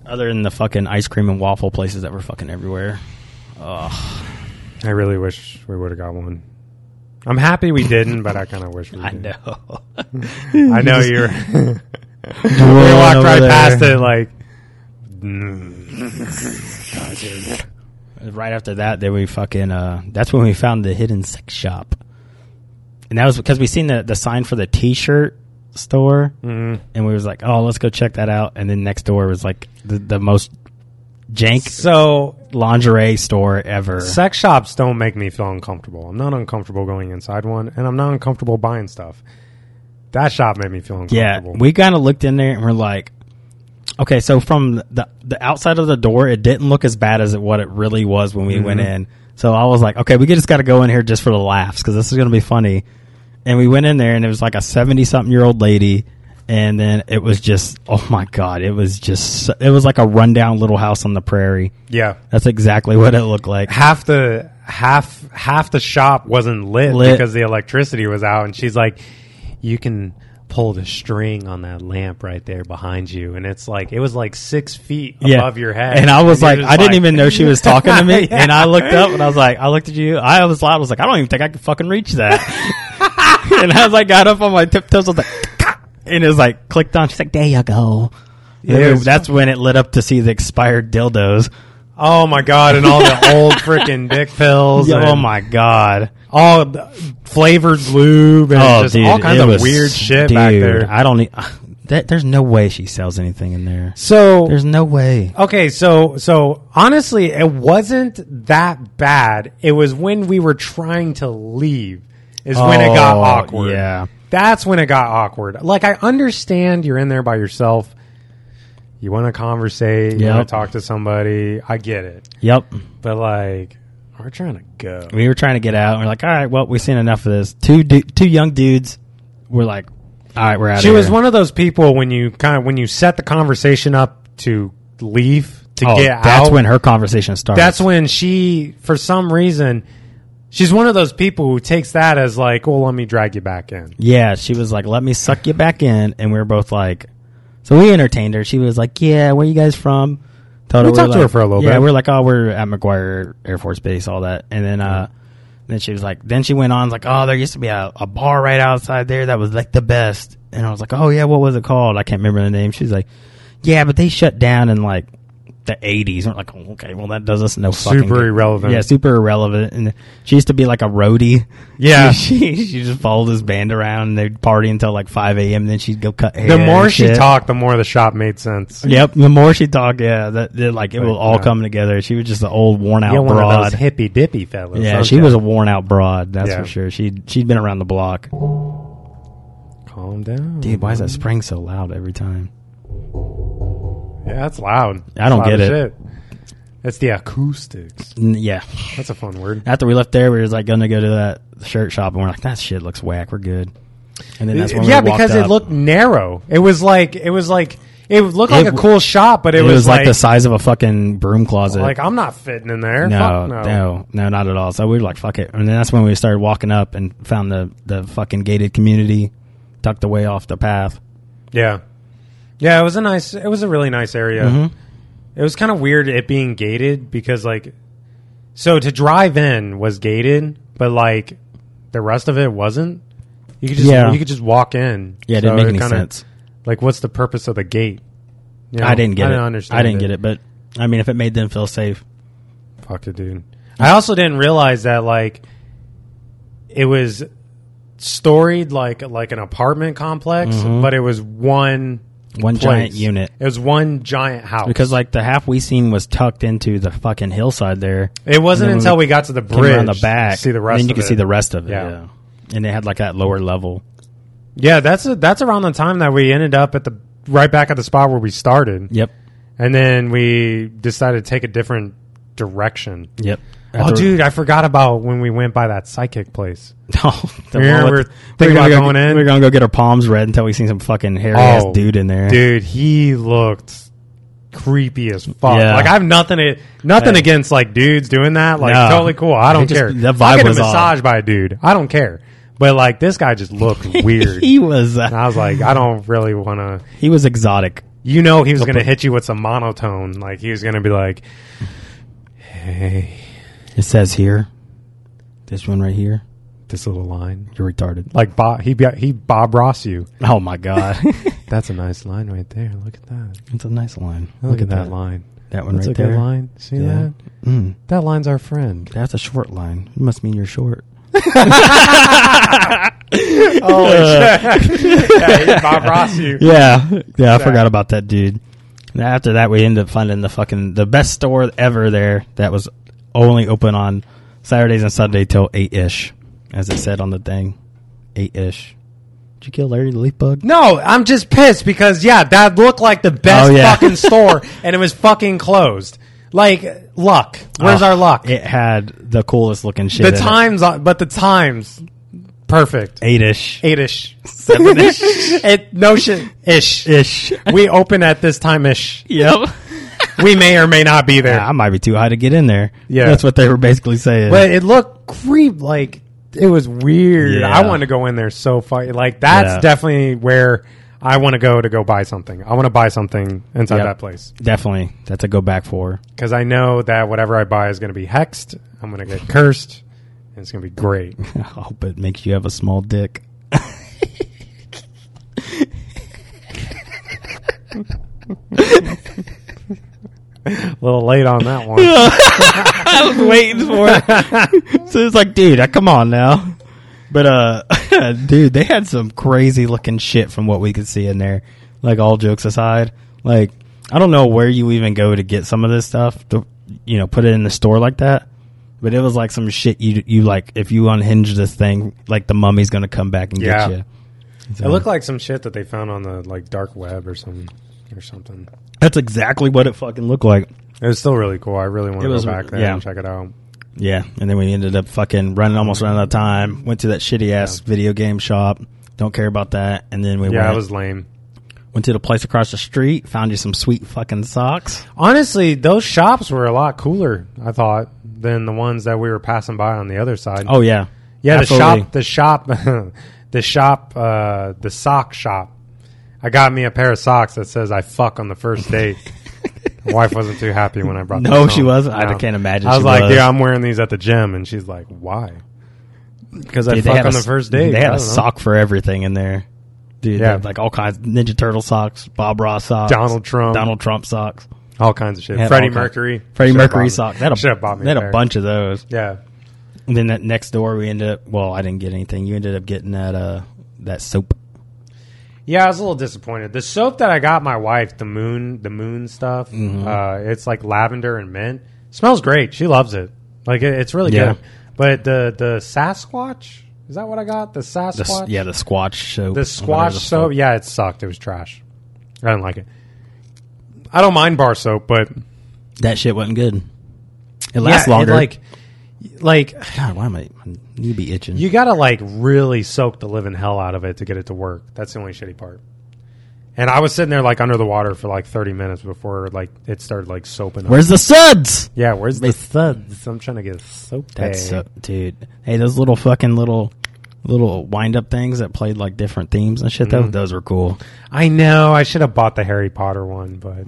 Other than the fucking ice cream and waffle places that were fucking everywhere. I really wish we would have got one. I'm happy we didn't, but I kind of wish we I did. know. I know just- you're. we Rolling walked over right there. past it, like. Right after that, then we fucking. Uh, that's when we found the hidden sex shop, and that was because we seen the the sign for the T-shirt store, Mm. and we was like, "Oh, let's go check that out." And then next door was like the, the most jank So lingerie store ever. Sex shops don't make me feel uncomfortable. I'm not uncomfortable going inside one, and I'm not uncomfortable buying stuff. That shop made me feel yeah, uncomfortable. we kind of looked in there and we're like, okay, so from the the outside of the door, it didn't look as bad as it, what it really was when we went Mhm. in. So I was like, okay, we just got to go in here just for the laughs because this is going to be funny. And we went in there and it was like a seventy something year old lady, and then it was just oh my god, it was just so- it was like a rundown little house on the prairie. yeah. That's exactly what it looked like. Half the half half the shop wasn't lit, Lit. because the electricity was out, and she's like, "You can pull the string on that lamp right there behind you," and it's like it was like six feet above your head, And I was you're like, just I didn't even know she was talking to me. Yeah. And I looked up and I was like, I looked at you. I was loud. I was like, I don't even think I can fucking reach that. and I was like, got up on my tiptoes. I was like, and it was like clicked on. She's like, there you go. Yeah, Then it we- was- that's when it lit up to see the expired dildos. "Oh my god!" and all the old freaking dick pills. Yeah, oh and- my god! all the flavored lube and Oh, just dude, all kinds it of was- weird shit back dude, there. I don't. e- That, there's no way she sells anything in there. so There's no way. okay, so so honestly, it wasn't that bad. It was when we were trying to leave is when it got Oh, awkward. yeah. that's when it got awkward. Like I understand you're in there by yourself. You want to conversate. You Yep. want to talk to somebody. I get it, Yep. but like we're trying to go. we were trying to get out. And we're like, all right, well, we've seen enough of this. Two du- two young dudes were like, all right, we're out. She here. was one of those people when you kind of when you set the conversation up to leave to Oh, get that's out. when her conversation started. that's when she, for some reason, she's one of those people who takes that as like, "Well, let me drag you back in." yeah. She was like, let me suck you back in, and we were both like, so we entertained her. She was like, yeah, where you guys from? Told We we're talked to her like- for a little yeah, bit. we're like, oh, we're at McGuire Air Force Base, all that, and then uh. Then she was like, then she went on like, oh, there used to be a, a bar right outside there that was like the best. And I was like, oh yeah, what was it called? I can't remember the name. She's like, yeah, but they shut down in like the eighties. We're like, oh, okay, well that does us no fucking Super good. irrelevant. Yeah, super irrelevant. And she used to be like a roadie. Yeah. she she just followed this band around and they'd party until like five a.m. Then she'd go cut hair. The more and she shit. talked, the more the shop made sense. Yep, the more she talked, yeah, that, that, like it will all yeah. come together. She was just an old, worn out You're one broad. of those hippy dippy fellas. Yeah, aren't she ya? was a worn out broad. That's Yeah. for sure. She she'd been around the block. Calm down, Dude, why is that spring so loud every time? Yeah, that's loud. I That's don't loud get as it. Shit. That's the acoustics. N- yeah. That's a fun word. After we left there, we was like going to go to that shirt shop, and we're like, that shit looks whack. We're good. And then that's when yeah, we walked because up. it looked narrow. It was like it was like it looked like It a w- cool shop, but it, It was, was like, like the size of a fucking broom closet. like I'm not fitting in there. no, Fuck no, no, no, not at all. So we were like, fuck it. And then that's when we started walking up and found the the fucking gated community tucked away off the path. yeah, yeah. It was a nice. It was a really nice area. Mm-hmm. It was kind of weird it being gated because like, so to drive in was gated, but like the rest of it wasn't. You could just Yeah. you could just walk in. Yeah, it So didn't make any kinda- sense. Like, what's the purpose of the gate? You know, I didn't get I it. Didn't understand I didn't it. get it, but I mean, if it made them feel safe, Fuck it, dude. I also didn't realize that like it was storied like like an apartment complex, but it was one Mm-hmm. one giant place. unit. It was one giant house. Because like the half we seen was tucked into the fucking hillside there. it wasn't and then until we we got to the Came bridge around the back. to see the rest. and Then you of could it. see the rest of it. Yeah. Yeah. And they had like that lower level. Yeah, that's a, that's around the time that we ended up at the right back at the spot where we started, Yep. and then we decided to take a different direction. Yep. oh, dude, I forgot about when we went by that psychic place. Oh, the Remember one we were with- thinking we were about gonna going go, in? We are gonna go get our palms read until we seen some fucking hairy ass dude in there. Oh, Dude, he looked creepy as fuck. Yeah. Like I have nothing a- nothing Hey. against like dudes doing that. Like No. totally cool. I don't He just- care. that vibe I'll get was a off. massage by a dude. I don't care. But like this guy just looked weird. he was uh, and I was like, I don't really want to. he was exotic. You know, he was going to hit you with some monotone. Like he was going to be like, "Hey, It says here. This one right here. This little line. You're retarded. Like Bob, he be- he Bob Ross you. Oh my god. That's a nice line right there. Look at that. It's a nice line. Look, at that, line. That one That's right a there. good line. See Yeah. that? Mm, That line's our friend. that's a short line. It must mean you're short. Oh yeah, Uh, he's Bob Ross you. Yeah, yeah. I forgot about that dude. And after that, we ended up finding the fucking the best store ever there. That was only open on Saturdays and Sunday till eight ish, as it said on the thing. Eight ish. Did you kill Larry the leaf bug? No, I'm just pissed because yeah, that looked like the best Oh, yeah. fucking store, and it was fucking closed. Like luck. Where's Oh, our luck? It had the coolest looking shit. the in it. times, on- but the times, perfect. eight ish, Eight ish. seven ish, It no shit ish. ish. We open at this time ish. Yep. We may or may not be there, I might be too high to get in there. Yeah. that's what they were basically saying. but it looked creep like it was weird. Yeah. I wanted to go in there so far. Like that's Yeah. definitely where I want to go to go buy something. I want to buy something inside Yep. that place. Definitely, that's a go back for. because I know that whatever I buy is going to be hexed. I'm going to get cursed, and it's going to be great. I hope it makes you have a small dick. A little late on that one. I was waiting for it. so it's like, dude, uh, come on now. But uh, dude, they had some crazy looking shit from what we could see in there. Like all jokes aside, like I don't know where you even go to get some of this stuff to, you know, put it in the store like that. But it was like some shit you you like if you unhinge this thing, like the mummy's gonna come back and Yeah. get you. it looked like some shit that they found on the like dark web or some or something. That's exactly what it fucking looked like. It was still really cool. I really want It to go was- back there yeah. and check it out. Yeah, and then we ended up fucking running almost running out of time. Went to that shitty ass video game shop. Don't care about that. And then we Yeah, went, it was lame. went to the place across the street. Found you some sweet fucking socks. Honestly, those shops were a lot cooler. I thought than the ones that we were passing by on the other side. Oh yeah, Yeah, Absolutely. the shop, the shop, the shop, uh, the sock shop. I got me a pair of socks that says "I fuck" on the first date. My wife wasn't too happy when I brought. No, those she home. wasn't? I can't imagine I was she like, was. "Yeah, I'm wearing these at the gym," and she's like, "Why?" Because I Dude, fuck had on a the s- first date. They I had a don't know. sock for everything in there. Dude, they Yeah. had, like all kinds Ninja Turtle socks, Bob Ross socks, Donald Trump. Donald Trump socks, all kinds of shit. Had Freddie all kinds- Mercury, Freddie Should've bought Mercury me- socks. They had a, should've bought me they had a pair. bunch of those. Yeah, And then that next door, we ended up. Well, I didn't get anything. You ended up getting that uh that soap. yeah. I was a little disappointed. The soap that I got my wife, the moon, the moon stuff. Mm-hmm. Uh, it's like lavender and mint. Smells great. She loves it. Like it, it's really Yeah. good. But the the Sasquatch is that what I got? The Sasquatch. The, s- yeah, the squash soap. The Whatever squash the soap, fuck. yeah, it sucked. It was trash. I didn't like it. I don't mind bar soap, but That shit wasn't good. It yeah, lasts it, longer. like, like God, why am I? My knee be itching. you gotta like really soak the living hell out of it to get it to work. That's the only shitty part. And I was sitting there like under the water for like thirty minutes before like it started like soaping up. Where's the suds? Yeah, where's the They suds. I'm trying to get soap. That's so, dude. Hey, those little fucking little little wind up things that played like different themes and shit. Mm-hmm. Though those were cool. I know. I should have bought the Harry Potter one, but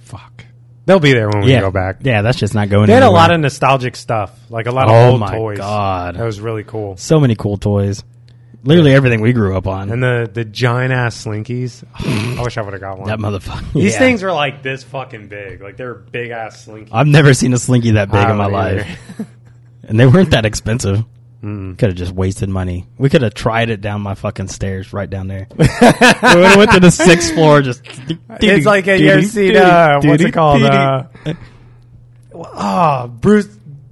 fuck, they'll be there when we yeah, go back. Yeah, that's just not going. They had a anywhere. lot of nostalgic stuff, like a lot of Oh old my toys. God. that was really cool. so many cool toys. Literally everything we grew up on. And the the giant ass slinkies. I wish I would have got one. that motherfucker. These Yeah. things were like this fucking big. Like they're big ass slinkies. I've never seen a slinky that big I in my don't either. life, and they weren't that expensive. Could have just wasted money. We could have tried it down my fucking stairs right down there. we would have went to the sixth floor. Just it's like a, you ever seen, uh, what's it called? Uh, oh, Bruce.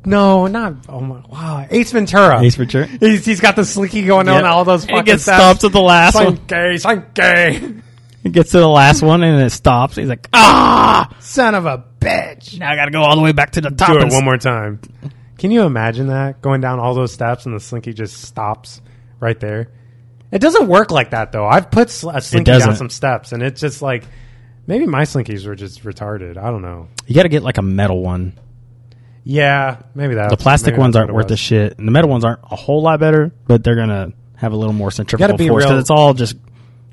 No, not. Oh my! Wow, Ace Ventura. Ace Ventura. He's, he's got the slinky going Yep. on all those He fucking gets steps. stopped at the last one. Slinky, slinky, He gets to the last one and it stops. He's like, ah! son of a bitch. Now I gotta go all the way back to the top. Do it and one more time. Can you imagine that going down all those steps and the slinky just stops right there? It doesn't work like that though. I've put sl- a slinky doesn't. down some steps and it's just like maybe my slinkies were just retarded. I don't know. You gotta get like a metal one. Yeah, maybe that. The plastic ones aren't worth a the shit, and the metal ones aren't a whole lot better, but they're gonna have a little more centrifugal be force real- because it's all just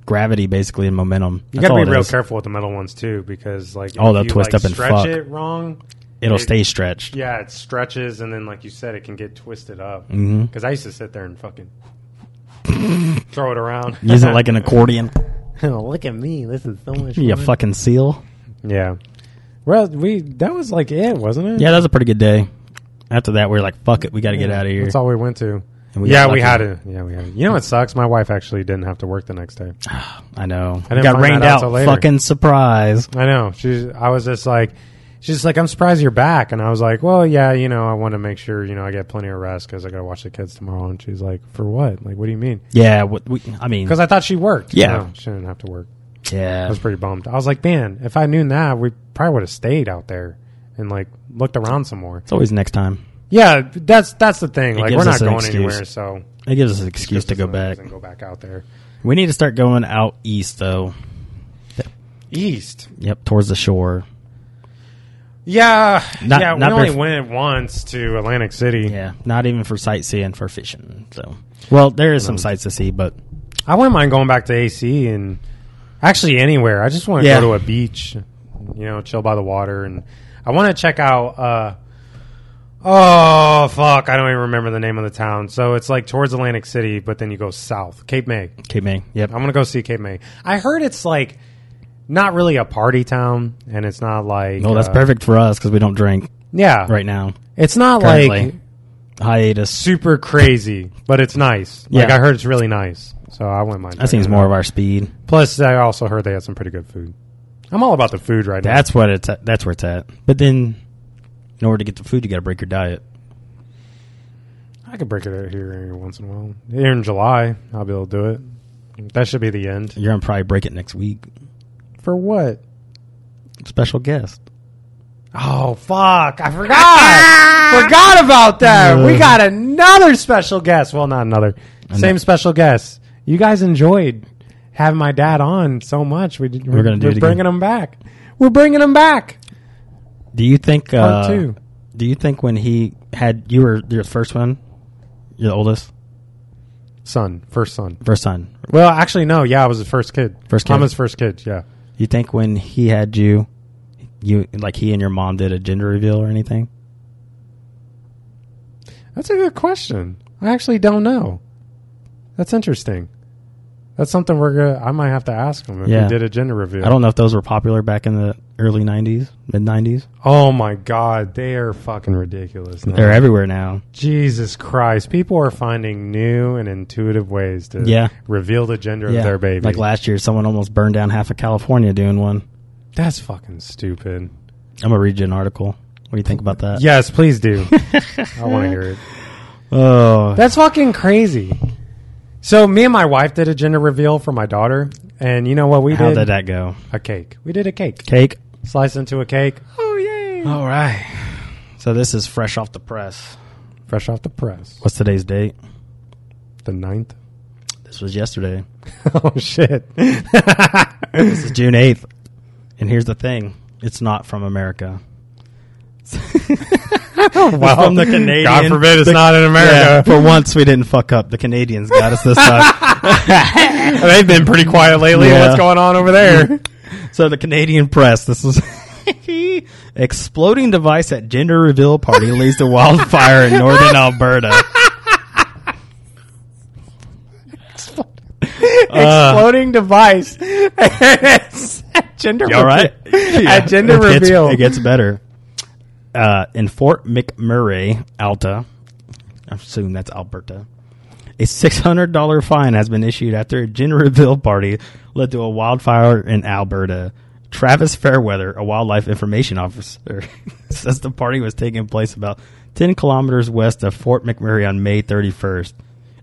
gravity basically and momentum. You That's gotta all be it real is. careful with the metal ones too, because like Oh, if they'll you, twist like, up and stretch fuck. it wrong, it'll It- stay stretched. Yeah, it stretches, and then like you said, it can get twisted up. Because Mhm. I used to sit there and fucking throw it around. Use it like an accordion. Oh, look at me, this is so much. You fun. fucking seal. Yeah. Well, we that was like it, wasn't it? Yeah, that was a pretty good day. After that, we were like, "Fuck it, we got to get out of here." That's all we went to. And we yeah, got we had lucky. it. Yeah, we had it. You know what sucks? My wife actually didn't have to work the next day. I know. I didn't got find rained that out out. till later. Fucking surprise. I know. She's. I was just like, she's just like, I'm surprised you're back. And I was like, well, yeah, you know, I want to make sure you know I get plenty of rest because I got to watch the kids tomorrow. And she's like, for what? Like, what do you mean? Yeah. What we, I mean. Because I thought she worked. Yeah. No, she didn't have to work. I Yeah. was pretty bummed. I was like, man, if I knew that, we probably would have stayed out there and like looked around some more. It's always next time. Yeah, that's that's the thing. like, gives we're not us an going excuse. anywhere, so It gives us an gives excuse to us go another back. reason to Go back out there. We need to start going out east, though. East. Yep, towards the shore. Yeah, Not- yeah. not we only very- went once to Atlantic City. Yeah, not even for sightseeing, for fishing. So, Mm-hmm. well, there is some sights to see, but I wouldn't mind going back to AC and actually anywhere. I just want to Yeah. go to a beach, you know, chill by the water, and I want to check out. uh Oh fuck! I don't even remember the name of the town. So it's like towards Atlantic City, but then you go south, Cape May. Cape May. Yep. I'm gonna go see Cape May. I heard it's like not really a party town, and it's not like Well, that's uh, perfect for us because we don't drink Yeah, right now. It's not like Currently. Hiatus. super crazy, but it's nice. Like Yeah. I heard it's really nice, so I wouldn't mind. That seems checking it more out. of our speed. Plus, I also heard they had some pretty good food. I'm all about the food right now. That's what it's. At, that's where it's at. But then, in order to get the food, you got to break your diet. I could break it out here every once in a while. Here in July, I'll be able to do it. That should be the end. You're gonna probably break it next week. For what? Special guest. Oh fuck! I forgot. forgot about that. we Ugh. got another special guest. Well, not another. Same special guest. You guys enjoyed having my dad on so much. We did, we're, gonna do we're it again. bringing him back. We're bringing him back. Do you think? Part Uh, two. Do you think when he had you were your first one, you're the oldest, Son, first son. first son? Well, actually, no. Yeah, I was his first kid. First kid. Mama's first kid. Yeah. You think when he had you, you like he and your mom did a gender reveal or anything? That's a good question. I actually don't know. That's interesting. That's something we're gonna. I might have to ask him if Yeah. he did a gender reveal. I don't know if those were popular back in the early '90s, mid '90s. Oh my god, they are fucking ridiculous. now. They're everywhere now. Jesus Christ, people are finding new and intuitive ways to Yeah. reveal the gender of their baby. Like last year, someone almost burned down half of California doing one. That's fucking stupid. I'm gonna read you an article. What do you think about that? Yes, please do. I want to hear it. Oh, That's fucking crazy. So me and my wife did a gender reveal for my daughter, and you know what we how did? did that go? a cake. We did a cake. Cake. Slice into a cake. Oh yay! All right. So this is fresh off the press. Fresh off the press. What's today's date? The ninth. This was yesterday. oh shit. This is June 8th. And here's the thing it's not from America. Wow. from the Canadian- God forbid it's not in Yeah, America. for once, we didn't fuck up. The Canadians got us this time. They've been pretty quiet lately. Yeah. What's going on over there? so the Canadian press, this is. Exploding device at gender reveal party leads to wildfire in northern Alberta. Exploding device. gender. You all right? At gender It gets- reveal. it gets better. Uh, in Fort McMurray, Alta, I assume that's Alberta, a $600 fine has been issued after a gender reveal party led to a wildfire in Alberta. Travis Fairweather, a wildlife information officer, says the party was taking place about 10 kilometers west of Fort McMurray on May 31st.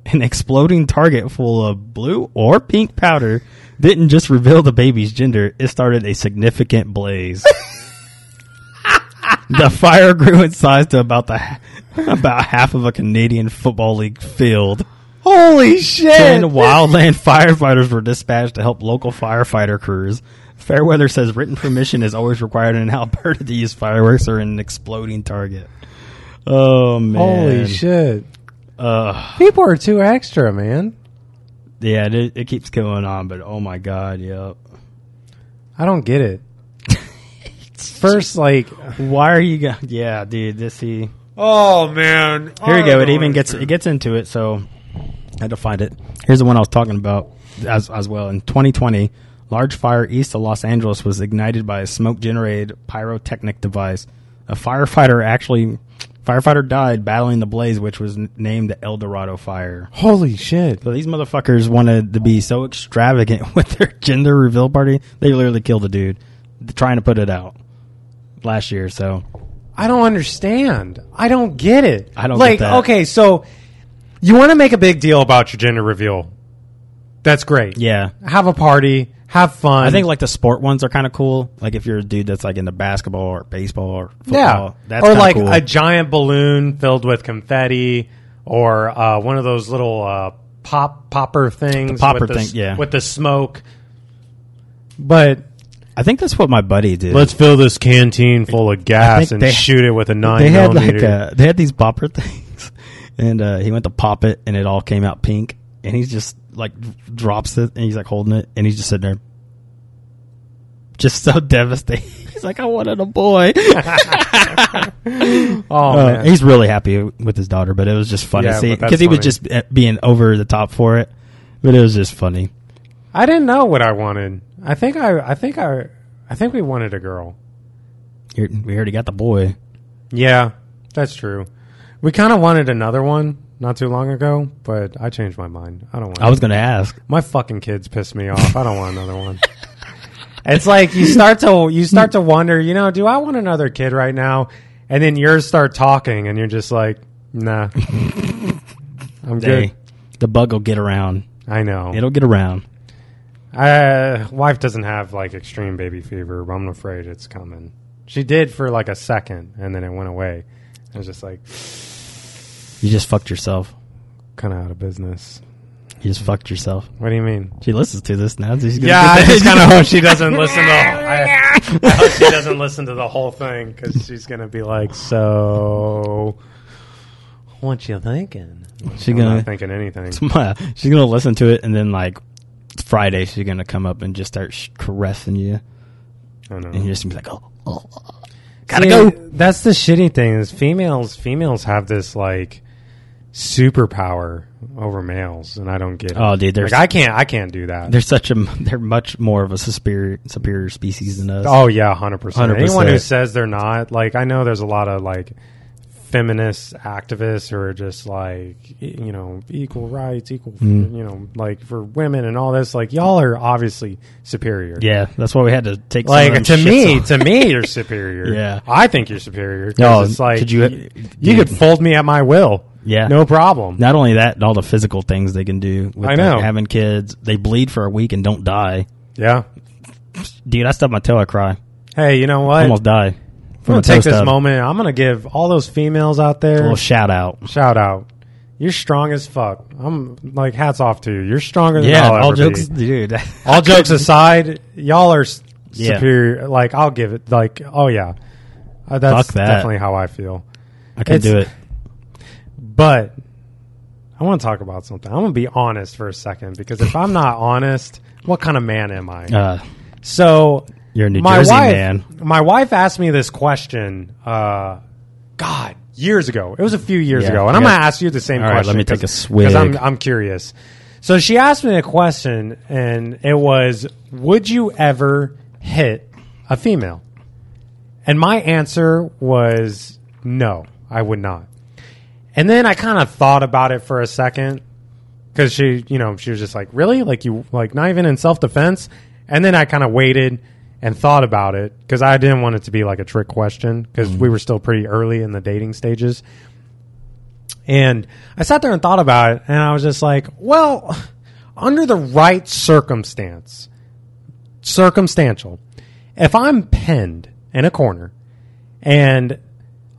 An exploding target full of blue or pink powder didn't just reveal the baby's gender, it started a significant blaze. the fire grew in size to about the about half of a Canadian football league field. Holy shit. Ten wildland firefighters were dispatched to help local firefighter crews. Fairweather says written permission is always required in Alberta to use fireworks or an exploding target. Oh man! Holy shit. Uh, People are too extra, man. yeah, it, it keeps going on, but oh my god, yep. I don't get it. first like Why are you? Go- yeah, dude. This he. Oh man. Here I we go. don't Oh, It know even what gets to it do. gets into it. So I had to find it. Here's the one I was talking about as as well. In 2020, large fire east of Los Angeles was ignited by a smoke generated pyrotechnic device. A firefighter actually firefighter died battling the blaze, which was n- named the El Dorado fire. holy shit. So these motherfuckers wanted to be so extravagant with their gender reveal party, they literally killed a dude trying to put it out last year. So I don't understand. I don't get it. I don't like. get that. Okay, so you want to make a big deal about your gender reveal? That's great. yeah, Have a party. Have fun. I think like the sport ones are kind of cool. Like if you're a dude that's like into basketball or baseball or football, yeah, that's or kinda like cool. a giant balloon filled with confetti, or uh, one of those little uh, pop popper things. popper with the, thing, s- yeah. with the smoke. But I think that's what my buddy did. fill this canteen full of think they- it with a nine they had like uh they had these popper things, and uh, he went to pop it, and it all came out pink. And he's just like d- drops it, and he's like holding it, and he's just sitting there, just so devastated. He's like, I wanted a boy. oh Uh, man, he's really happy with his daughter, but it was just funny Yeah, to see but that's because he was funny. just uh, being over the top for it, but it was just funny. I didn't know what I wanted. I think I, I think I, I think we wanted a girl. Here- We already got the boy. Yeah, that's true. We kind of wanted another one not too long ago, but I changed my mind. I don't want. I was going to ask. my fucking kids piss me off. I don't want another one. It's like you start to you start to wonder, you know, do I want another kid right now? And then yours start talking, and you're just like, nah, I'm good. Hey, the bug will get around. I know. It'll get around. Uh, wife doesn't have like extreme baby fever, but I'm afraid it's coming. She did for like a second, and then it went away. I was just like, You just fucked yourself. kind of out of business. You just fucked yourself. What do you mean? She listens to this now. She's gonna Yeah, get I that. just kind of hope she doesn't listen to. I, I hope she doesn't listen to the whole thing because she's gonna be like, "So, what you thinking?" She I'm gonna- not thinking anything. she's gonna listen to it, and then like Friday, she's gonna come up and just start sh- caressing you, I know. and you're just gonna be like, oh, oh, oh, gotta See, go. That's the shitty thing is females. Females have this like superpower over males, and I don't get. it. Oh, dude, they're- like, I can't. I can't do that. They're such a, they're much more of a superior superior species than us. Oh yeah, hundred percent. 100%. Anyone who says they're not, like I know there's a lot of like feminist activists who are just like e- you know equal rights, equal Mm. you know like for women and all this. Like y'all are obviously superior. Yeah, that's why we had to take some of Like them to shits me, off. to me, you're superior. Yeah. I think you're superior. 'cause No, it's like could you, you- you, could fold me at my will. Yeah. no problem. Not only that, and all the physical things they can do. With I the- know. having kids, they bleed for a week and don't die. Yeah. Dude, I stubbed my toe. I cry. Hey, you know I what? almost die. I'm From gonna a toe take this stub. moment. I'm gonna give all those females out A there little shout out. Shout out. You're strong as fuck. I'm like hats off to you. You're stronger than Yeah, I'll all ever jokes, be. dude. All jokes aside, y'all are s Yeah. superior. Like I'll give it. Like oh yeah, Uh, that's Fuck that. definitely how I feel. I can It's- do it. But I want to talk about something. I'm gonna be honest for a second because if I'm not honest, what kind of man am I? Uh, So you're a New my Jersey wife, man. my wife asked me this question. Uh, God, years ago. It was a few years Yeah, ago, and I I'm got- gonna ask you the same All right, let question. me take 'cause- a swig. 'cause I'm, I'm curious. So she asked me a question, and it was, "Would you ever hit a female?" And my answer was, "No, I would not." And then I kind of thought about it for a second, because she, you know, she was just like, "Really? Like you? Like not even in self defense?" And then I kind of waited and thought about it because I didn't want it to be like a trick question because we were still pretty early in the dating stages. And I sat there and thought about it, and I was just like, "Well, under the right circumstance, circumstantial. If I'm pinned in a corner and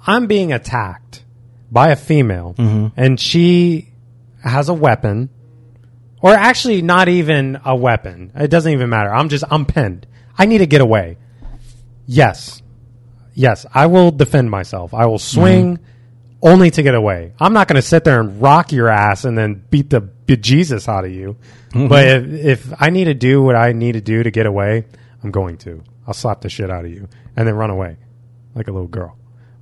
I'm being attacked by a female, and she has a weapon." or actually not even a weapon. It doesn't even matter. I'm just I'm pinned. I need to get away. Yes. Yes, I will defend myself. I will swing only to get away. I'm not going to sit there and rock your ass and then beat the bejesus Mm-hmm. out of you. But if, if I need to do what I need to do to get away, I'm going to. I'll slap the shit out of you, and then run away like a little girl.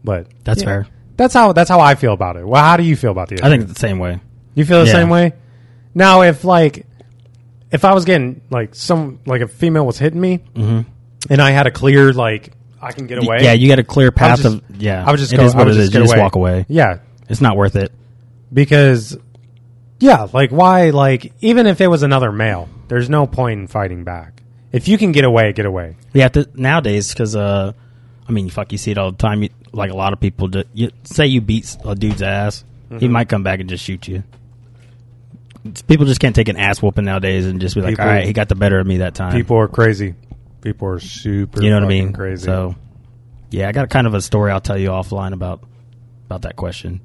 But That's yeah, fair. That's how that's how I feel about it. Well, how do you feel about the? I think it's the same way. You feel the Yeah. same way? Now, if like, if I was getting like some like a female was hitting me, and I had a clear like I can get away. Mm-hmm. Yeah, you got a clear I would path just- of yeah. I would just it go. is I what would it just is. get You just walk away. Yeah, It's not worth it. because yeah, like why? Like even if it was another male, there's no point in fighting back. If you can get away, get away. You have to nowadays because uh, I mean, fuck, you see it all the time. You, like a lot of people, do, you say you beat a dude's ass, Mm-hmm. he might come back and just shoot you. It's- People just can't take an ass whooping nowadays and just be like, People- all right, he got the better of me that time. People are crazy. People are super. you know what I fucking mean? Crazy. So, yeah, I got kind of a story I'll tell you offline about about that question.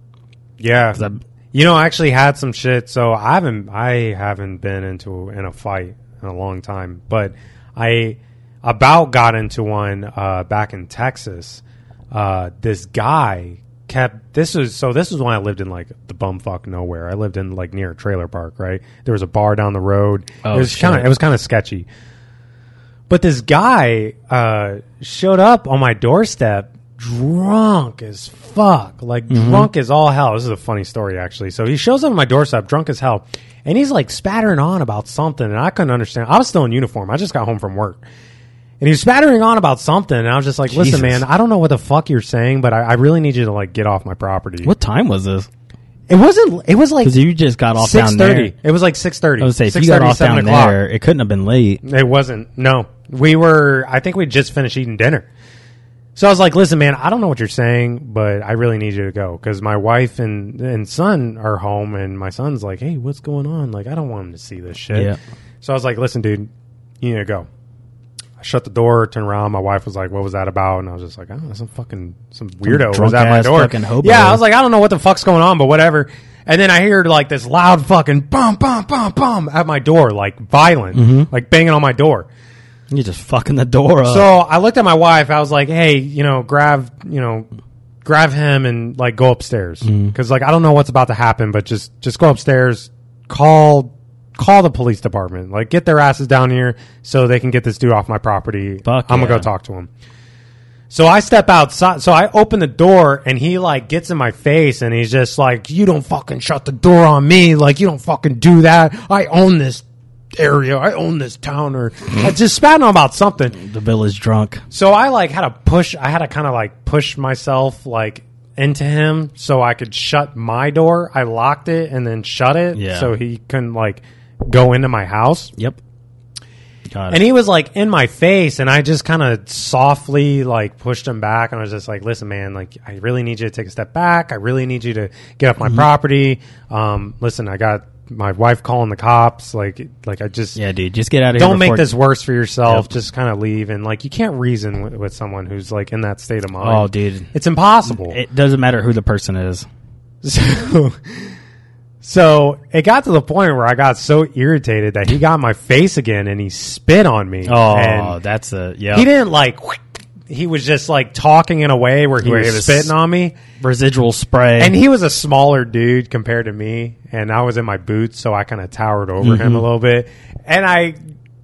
yeah, 'Cause I- You know, I actually had some shit. So I haven't, I haven't been into in a fight in a long time. But I about got into one uh, back in Texas. Uh, this guy kept this was so this was when I lived in like the bumfuck nowhere. I lived in like near a trailer park. Right, there was a bar down the road. Oh, it was shit. kind of it was kind of sketchy. But this guy uh, showed up on my doorstep drunk as fuck. Like, Mm-hmm. drunk as all hell. This is a funny story, actually. So he shows up on my doorstep drunk as hell. And he's like spattering on about something. And I couldn't understand. I was still in uniform. I just got home from work. And he was spattering on about something. And I was just like, listen, Jesus. man, I don't know what the fuck you're saying, but I, I really need you to, like, get off my property. What time was this? It wasn't, it was like Because you just got off down there. 6.30. It was like 6.30. I would say if you got off 7 down there, it couldn't have been late. It wasn't. No, we were. I think we just finished eating dinner. So I was like, "Listen, man, I don't know what you're saying, but I really need you to go because my wife and and son are home, and my son's like, hey, what's going on? Like, I don't want him to see this shit." Yeah. So I was like, "Listen, dude, you need to go." I shut the door, turned around. My wife was like, "What was that about?" And I was just like, "Oh, some fucking some weirdo was at my drunk-ass door." fucking hobo. Yeah, I was like, "I don't know what the fuck's going on, but whatever." And then I heard like this loud fucking bum bum bum bum at my door, like violent, Mm-hmm. like banging on my door. You're just fucking the door up. So I looked at my wife. I was like, "Hey, you know, grab, you know, grab him and like go upstairs because Mm-hmm. like I don't know what's about to happen, but just just go upstairs, call call the police department, like get their asses down here so they can get this dude off my property. Fuck I'm gonna go yeah. talk to him." So I step outside. So I open the door and he like gets in my face and he's just like, "You don't fucking shut the door on me. Like you don't fucking do that. I own this." area i own this town or I just spouting on about something the village drunk. so I like had to push. I had to kind of like push myself like into him so I could shut my door. I locked it and then shut it Yeah. so he couldn't like go into my house. Yep. Got And it. he was like in my face, and I just kind of softly like pushed him back, and I was just like, "Listen, man, like I really need you to take a step back. I really need you to get off my property. Um, listen, I got my wife calling the cops. Like, like I just yeah, dude, just get out of here. don't make before- this worse for yourself. Yep. Just kind of leave and like you can't reason with, with someone who's like in that state of mind. Oh, dude. it's impossible. It doesn't matter who the person is. so, so it got to the point where I got so irritated that he got in my face again and he spit on me. Oh, and that's a yeah. he didn't like. He was just like talking in a way where he Where was, he was- spitting on me, residual spray. and he was a smaller dude compared to me, and I was in my boots, so I kind of towered over Mm-hmm. him a little bit, and I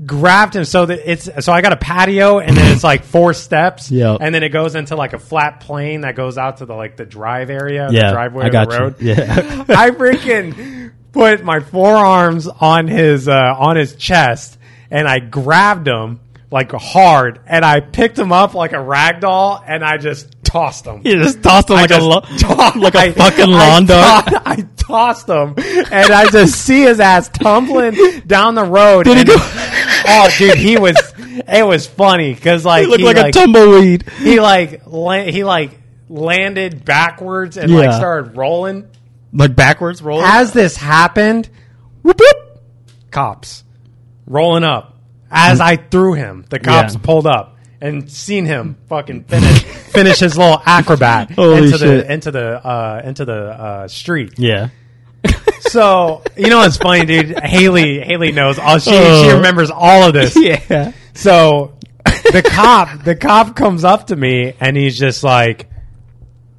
grabbed him. So that it's so I got a patio, and then it's like four steps, Yeah. and then it goes into like a flat plane that goes out to the like the drive area, yeah, the driveway, I of got the road. you. Yeah. I freaking put my forearms on his uh, on his chest and I grabbed him like hard and I picked him up like a rag doll and I just tossed him. you just tossed him like a just lo- tossed- like a I- fucking I lawn dog. to- I tossed him, and I just see his ass tumbling down the road. Did he go- Oh, dude, he was. It was funny because like He looked he, like, like a tumbleweed. he like la- he like landed backwards and like Yeah. started rolling. Like backwards rolling. As this happened, whoop whoop, cops rolling up. As I threw him, the cops Yeah. pulled up and seen him fucking finish finish his little acrobat Holy into shit. the into the uh, into the uh, street. yeah. So you know what's funny, dude? Haley Haley knows all. She she Oh. remembers all of this. Yeah. So the cop, the cop comes up to me and he's just like,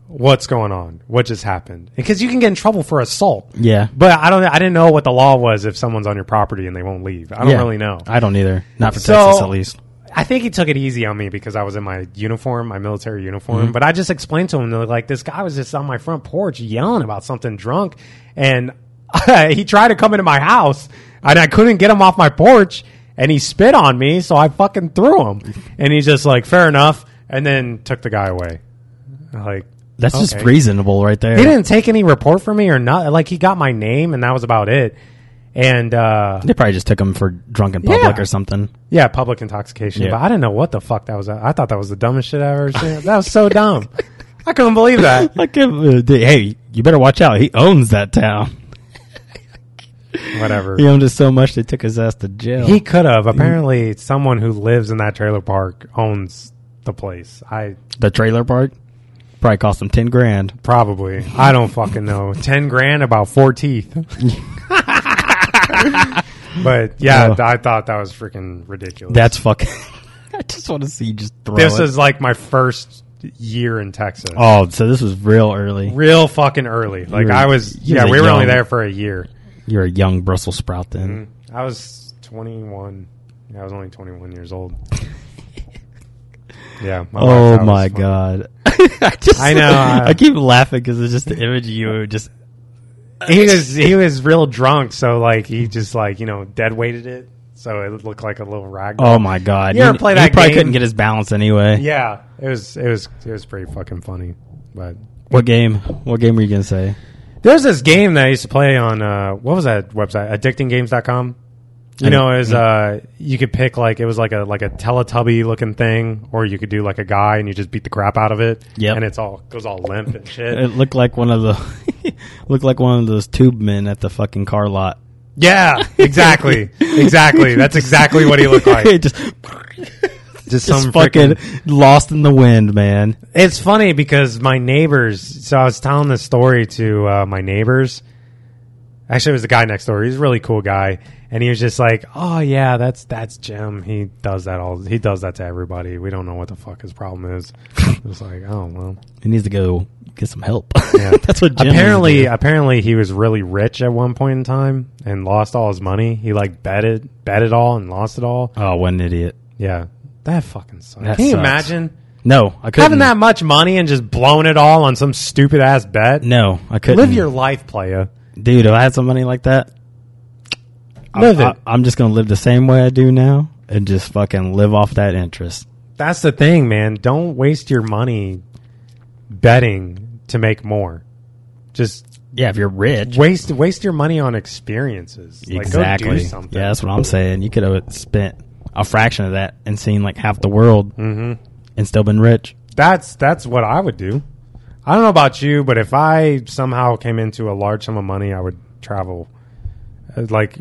"What's going on? What just happened?" Because you can get in trouble for assault. Yeah. but I don't. I didn't know what the law was if someone's on your property and they won't leave. I don't Yeah. really know. I don't either. Not for So- Texas, at least. I think he took it easy on me because I was in my uniform, my military uniform. But I just explained to him that like this guy was just on my front porch yelling about something drunk, and he tried to come into my house, and I couldn't get him off my porch, and he spit on me, so I fucking threw him, and he's just like, "Fair enough," and then took the guy away. Like That's just okay. reasonable right there. He didn't take any report from me or not. Like he got my name, and that was about it. And uh, They probably just took him for drunk in public Yeah. or something. yeah, public intoxication. Yeah. But I didn't know what the fuck that was. I thought that was the dumbest shit I ever seen. That was so dumb. I couldn't believe that. Like, if, uh, they- hey, you better watch out. He owns that town. Whatever. He owned it so much they took his ass to jail. He could have. Apparently, someone who lives in that trailer park owns the place. I the trailer park probably cost him ten grand. probably. I don't fucking know. Ten grand about four teeth. but yeah, Oh. I thought that was freaking ridiculous. That's fucking. I just want to see you just throw this it. is like my first year in Texas. oh, so this was real early. Real fucking early. Like were- I was. you Yeah, were we were only young. there for a year. You're a young Brussels sprout Mm. then. I was 21. Yeah, I was only 21 years old. Mm-hmm. yeah. my wife Oh thought it was my funny. god! I, just, I know, I- I keep laughing because it's just the image of you just. He was he was real drunk, so like he just like you know dead weighted it, so it looked like a little rag. doll. Oh my god! You ever He- play he that probably game? couldn't get his balance anyway. Yeah, it was it was it was pretty fucking funny. But What game? What game were you gonna say? there's this game that I used to play on uh, what was that website? Addictinggames.com. You know, it was Mm-hmm. uh, you could pick like it was like a like a Teletubby looking thing, or you could do like a guy and you just beat the crap out of it. Yep. and it's all goes all limp and shit. It looked like one of the looked like one of those tube men at the fucking car lot. Yeah, exactly, exactly. That's exactly what he looked like. just Just just some fucking freaking- lost in the wind, man. It's funny because my neighbors. So I was telling this story to uh, my neighbors. Actually, it was the guy next door. He's a really cool guy, and he was just like, "Oh yeah, that's that's Jim. He does that all. He does that to everybody. We don't know what the fuck his problem is." It was like, "Oh well." He needs to go get some help. Yeah. That's what Jim needs to apparently. uh, do. Apparently, he was really rich at one point in time and lost all his money. He like bet it, bet it all, and lost it all. Oh, what an idiot! Yeah, that fucking sucks. That Can you sucks. imagine No, I couldn't. having that much money and just blowing it all on some stupid ass bet? No, I couldn't. Live your life, playa. dude. If I had some money like that, I- Live I, it. I'm just gonna live the same way I do now and just fucking live off that interest. That's the thing, man. Don't waste your money betting to make more. Just Yeah, if you're rich, waste waste your money on experiences. Like, exactly. go do something. yeah, that's what I'm saying. You could have spent a fraction of that and seen like half the world Mhm. and still been rich. That's that's what I would do. I don't know about you, but if I somehow came into a large sum of money, I would travel. Uh, Like,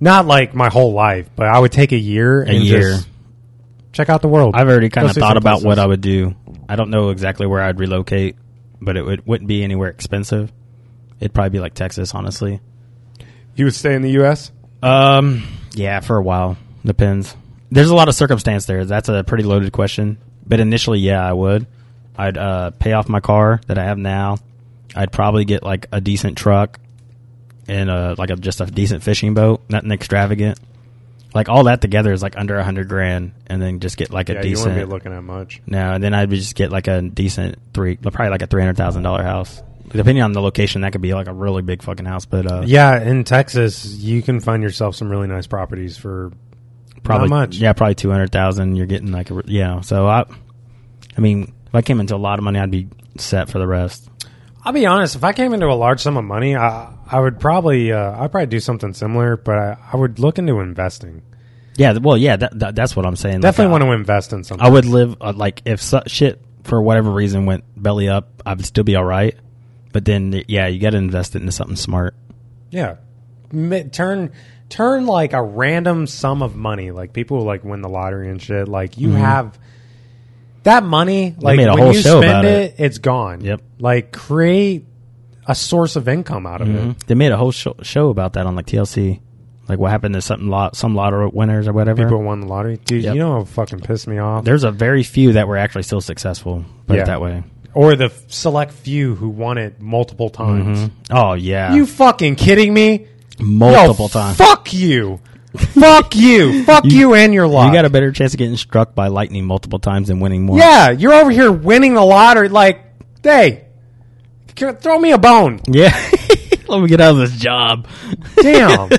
not like my whole life, but I would take a year and year. just check out the world. I've already kind Go of see thought some about what places. I would do. I don't know exactly where I'd relocate, but it would, wouldn't be anywhere expensive. It'd probably be like Texas, honestly. you would stay in the U.S. Um, yeah, for a while. Depends. There's a lot of circumstance there. That's a pretty loaded question. But initially, yeah, I would. I'd uh, pay off my car that I have now. I'd probably get like a decent truck and uh, like a, just a decent fishing boat, nothing extravagant. Like all that together is like under a hundred grand, and then just get like a yeah, you decent. wouldn't be looking at much. No, and then I'd be- just get like a decent three, probably like a three hundred thousand dollar house. Depending on the location, that could be like a really big fucking house, but uh, Yeah, in Texas, you can find yourself some really nice properties for probably not much. Yeah, probably two hundred thousand. You're getting like a re- you know. So I, I mean, if I came into a lot of money, I'd be set for the rest. I'll be honest. If I came into a large sum of money, I I would probably uh, I'd probably do something similar, but I, I would look into investing. Yeah, th- well, yeah, that, that, that's what I'm saying. Definitely like, want to invest in something. I, I would live uh, like if su- shit for whatever reason went belly up, I would still be all right. But then, yeah, you got to invest it into something smart. Yeah, Mi- turn turn like a random sum of money. Like people who, like win the lottery and shit. Like you have that money. Like Mm-hmm. made a when whole you show about spend it. it, it's gone. Yep. Like create a source of income out of it. They made a whole show, show about that on like TLC, like what happened to something lot some lotto winners or whatever. People who won the lottery, dude. Yep. You know what fucking pissed me off? There's a very few that were actually still successful. Put Yeah. it that way. or the f- select few who won it multiple times. Oh yeah, You fucking kidding me? multiple Yo, times. Fuck you. Fuck you. Fuck you, and your life. You got a better chance of getting struck by lightning multiple times than winning one. Yeah, you're over here winning the lottery. Like, hey, c- throw me a bone. Yeah. Let me get out of this job Damn.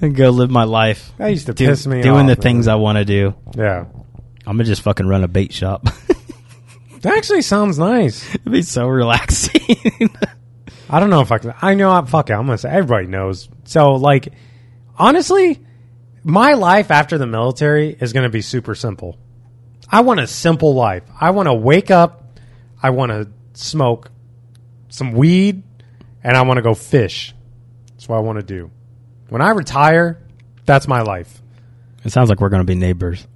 and go live my life. That used to Do- piss me doing off. the things I want to do. Yeah. I'm gonna just fucking run a bait shop. That actually sounds nice. It'd be so relaxing. I don't know if I can. I know. I fuck it. I'm gonna say everybody knows. So like, honestly, my life after the military is gonna be super simple. I want a simple life. I want to wake up. I want to smoke some weed, and I want to go fish. That's what I want to do. When I retire, that's my life. it sounds like we're gonna be neighbors.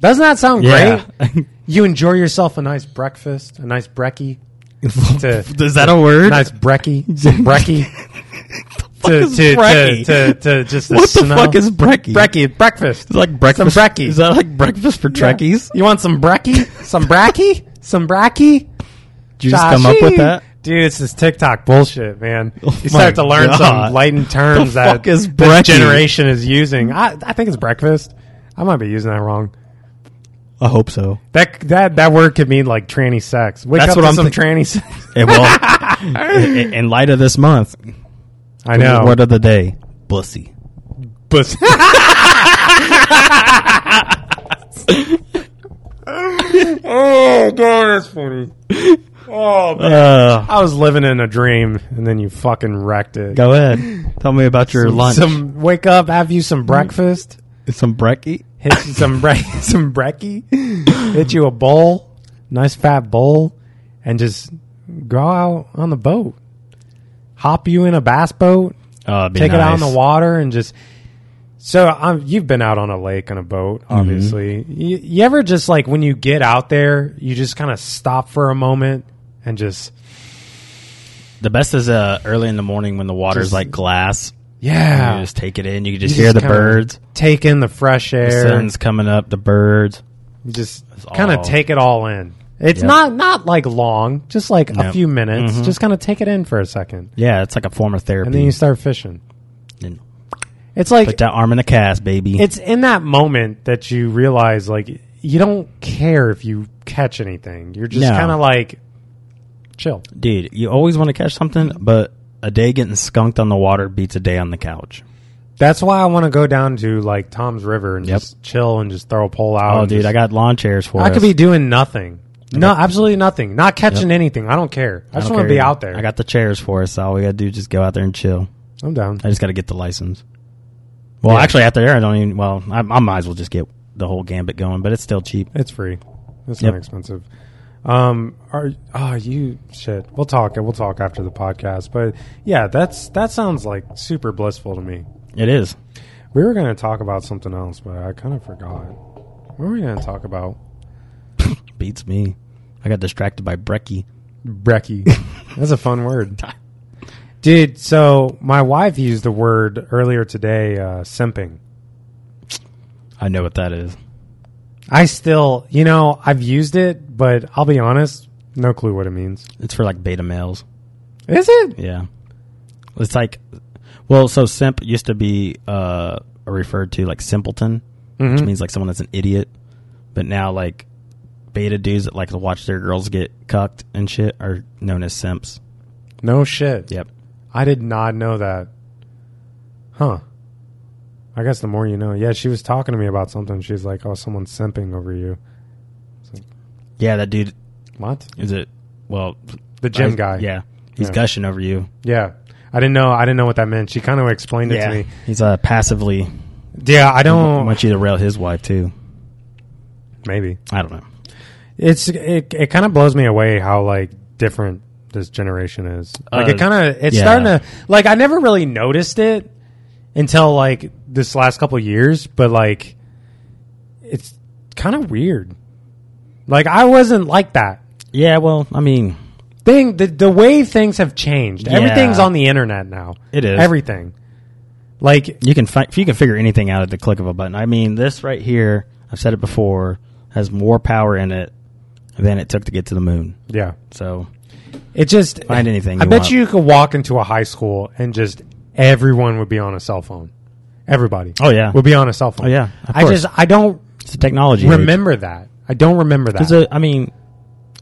Doesn't that sound great? Right? You enjoy yourself a nice breakfast, a nice brekkie, to- Is that a word? nice brekkie, some brekkie. to, is to, brekkie? to, to, to just what the smell. fuck is brekkie? brekkie breakfast? It's like breakfast. Some brekkie. Is that like breakfast for Trekkies? You want some brekkie? Some brekkie? Some brekkie? Did you just come up with that? Dude, it's this TikTok bullshit, man. Oh you start my to learn God. some Latin terms The that fuck is this brekkie? generation is using. I, I think it's breakfast. I might be using that wrong. I hope so. That that that word could mean like tranny sex. Wake That's up what to I'm some thi- tranny sex. Eh, well, in, in light of this month, I know. word of the day, bussy. Pussy. oh god, that's funny. Oh man. Uh, I was living in a dream, and then you fucking wrecked it. go ahead. Tell me about your lunch. Mm. Some, Some wake up, have you some breakfast, some brekkie. hit you some bre- some brekkie, hit you a bowl, nice fat bowl, and just go out on the boat. Hop you in a bass boat, Oh, it'd be take it out on nice. the water and just so um, you've been out on a lake on a boat Mm-hmm. obviously you, you ever just like when you get out there you just kind of stop for a moment and just The best is uh, early in the morning when the water's Just- like glass. yeah You just take it in. You can just You hear just the kinda birds. take in the fresh The air sun's coming up. The birds. You just all- kind of take it all in it's Yep. Mm-hmm. not not like long just like a Nope. few minutes just kind of take it in for a second Yeah, it's like a form of therapy. and then you start fishing And it's like put Mm. that arm in the cast, baby. it's in that moment that you realize like you don't care if you catch anything. You're just No. kind of like chill. Dude, you always want to catch something, but a day getting skunked on the water beats a day on the couch. That's why I want to go down to like Tom's River and Yep. just chill and just throw a pole out. Oh, and dude, just- I got lawn chairs for I could us. be doing nothing. No, absolutely nothing. Not catching anything. I don't care. I, I just don't want to care. be out there. I got the chairs for us. So all we gotta do is just go out there and chill. I'm down. I just gotta get the license. Well, Yeah. actually, after there, I don't even. Well, I, I might as well just get the whole gambit going, but it's still cheap. It's free. It's Yep. not expensive. Um, are ah you shit? We'll talk. We'll talk after the podcast. But yeah, that's that sounds like super blissful to me. It is. We were going to talk about something else, but I kind of forgot. What were we going to talk about? Beats me. I got distracted by brekkie. Brekkie. That's a fun word. Dude, so my wife used the word earlier today, uh, simping. I know what that is. I still, you know, I've used it, but I'll be honest, no clue what it means. It's for like beta males. Is it? Yeah. It's like, well, so simp used to be uh, referred to like simpleton, which Mhm. means like someone that's an idiot. But now, like, beta dudes that like to watch their girls get cucked and shit are known as simps. No shit. Yep. I did not know that. Huh. I guess the more you know. Yeah, she was talking to me about something. She's like, oh, someone's simping over you. Yeah, that dude What? is it. Well, The gym I- guy. Yeah. He's Yeah. gushing over you. Yeah. I didn't know. I didn't know what that meant. She kind of explained it to me. He's uh, passively Yeah, I don't. wants you to rail his wife, too. Maybe I don't know. it's it. It kind of blows me away how like different this generation is. Like Uh, it kind of it's yeah. starting to like I never really noticed it until like this last couple of years, but like it's kind of weird. Like I wasn't like that. Yeah, well, I mean, Thing the the way things have changed. Yeah. Everything's on the internet now. It is. everything. Like you can fi- if you can figure anything out at the click of a button. I mean, this right here, I've said it before, has more power in it than it took to get to the moon. yeah. So It just Find anything I you bet want. you could walk into a high school and just everyone would be on a cell phone, Everybody. Oh, yeah. We'll be on a cell phone. Oh, yeah, of I course. just I don't It's a technology. age. remember that. I don't remember that. 'Cause, uh, I mean,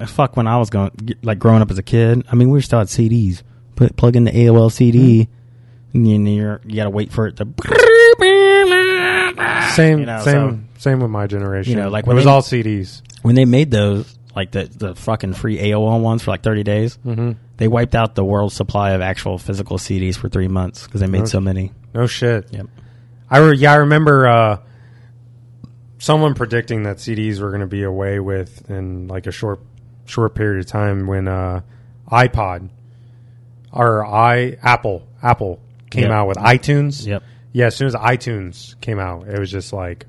fuck. When I was going, like growing up as a kid, I mean, we still had CDs. Put plug in the AOL Mm-hmm. CD, and you you're, you gotta wait for it to. same you know, same same with my generation. You know, like it when was they- all CDs. When they made those, like the the fucking free AOL ones for like thirty days, Mhm. they wiped out the world's supply of actual physical CDs for three months because they made so many. No shit. Yep. I re- yeah, I remember uh, someone predicting that CDs were going to be away with in like a short short period of time when uh, iPod or i Apple Apple came Yep. out with iTunes. Yep. Yeah, as soon as iTunes came out, it was just like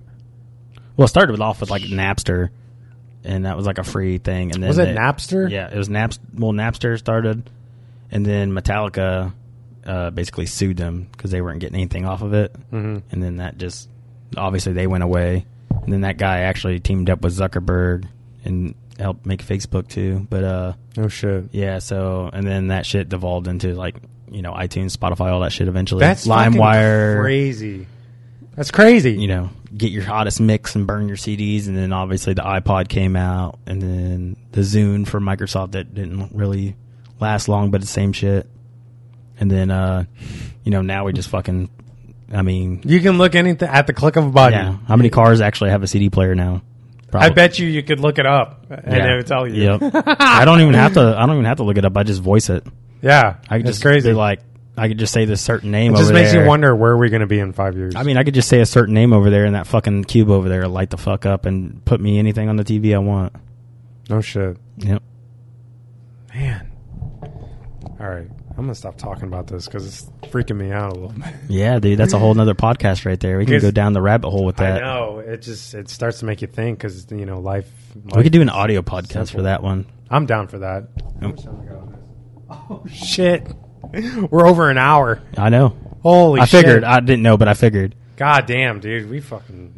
Well, it started off with like Napster, and that was like a free thing. And then was it they- Napster? Yeah, it was Napster. Well, Napster started, and then Metallica uh, basically sued them because they weren't getting anything off of it. Mhm. And then that just obviously they went away. And then that guy actually teamed up with Zuckerberg and helped make Facebook too. But uh, No shit. yeah, so and then that shit devolved into like you know iTunes, Spotify, all that shit eventually. That's fucking LimeWire. Crazy. That's crazy. you know, get your hottest mix and burn your CDs. And then obviously the iPod came out, and then the Zune for Microsoft that didn't really last long, but the same shit. And then, uh, you know, now we just fucking, I mean, you can look anything at the click of a button. yeah. How many cars actually have a CD player now? I Probably. bet you you could look it up and Yeah. it would tell you. Yep. I don't even have to. I don't even have to look it up. I just voice it. Yeah, I could it's just crazy. be like I could just say this certain name. it just over makes there. you wonder where we're going to be in five years. I mean, I could just say a certain name over there, and that fucking cube over there will light the fuck up and put me anything on the TV I want. no shit, Yep. man. All right, I'm gonna stop talking about this because it's freaking me out a little bit. Yeah, dude, that's a whole nother podcast right there. We can Because- go down the rabbit hole with I that. know it just it starts to make you think because you know life. We life- could do an audio podcast Simple. for that one. I'm down for that. Yep. Oh shit, we're over an hour. I know. Holy, I shit. figured. I didn't know, but I figured. God damn, dude, we fucking.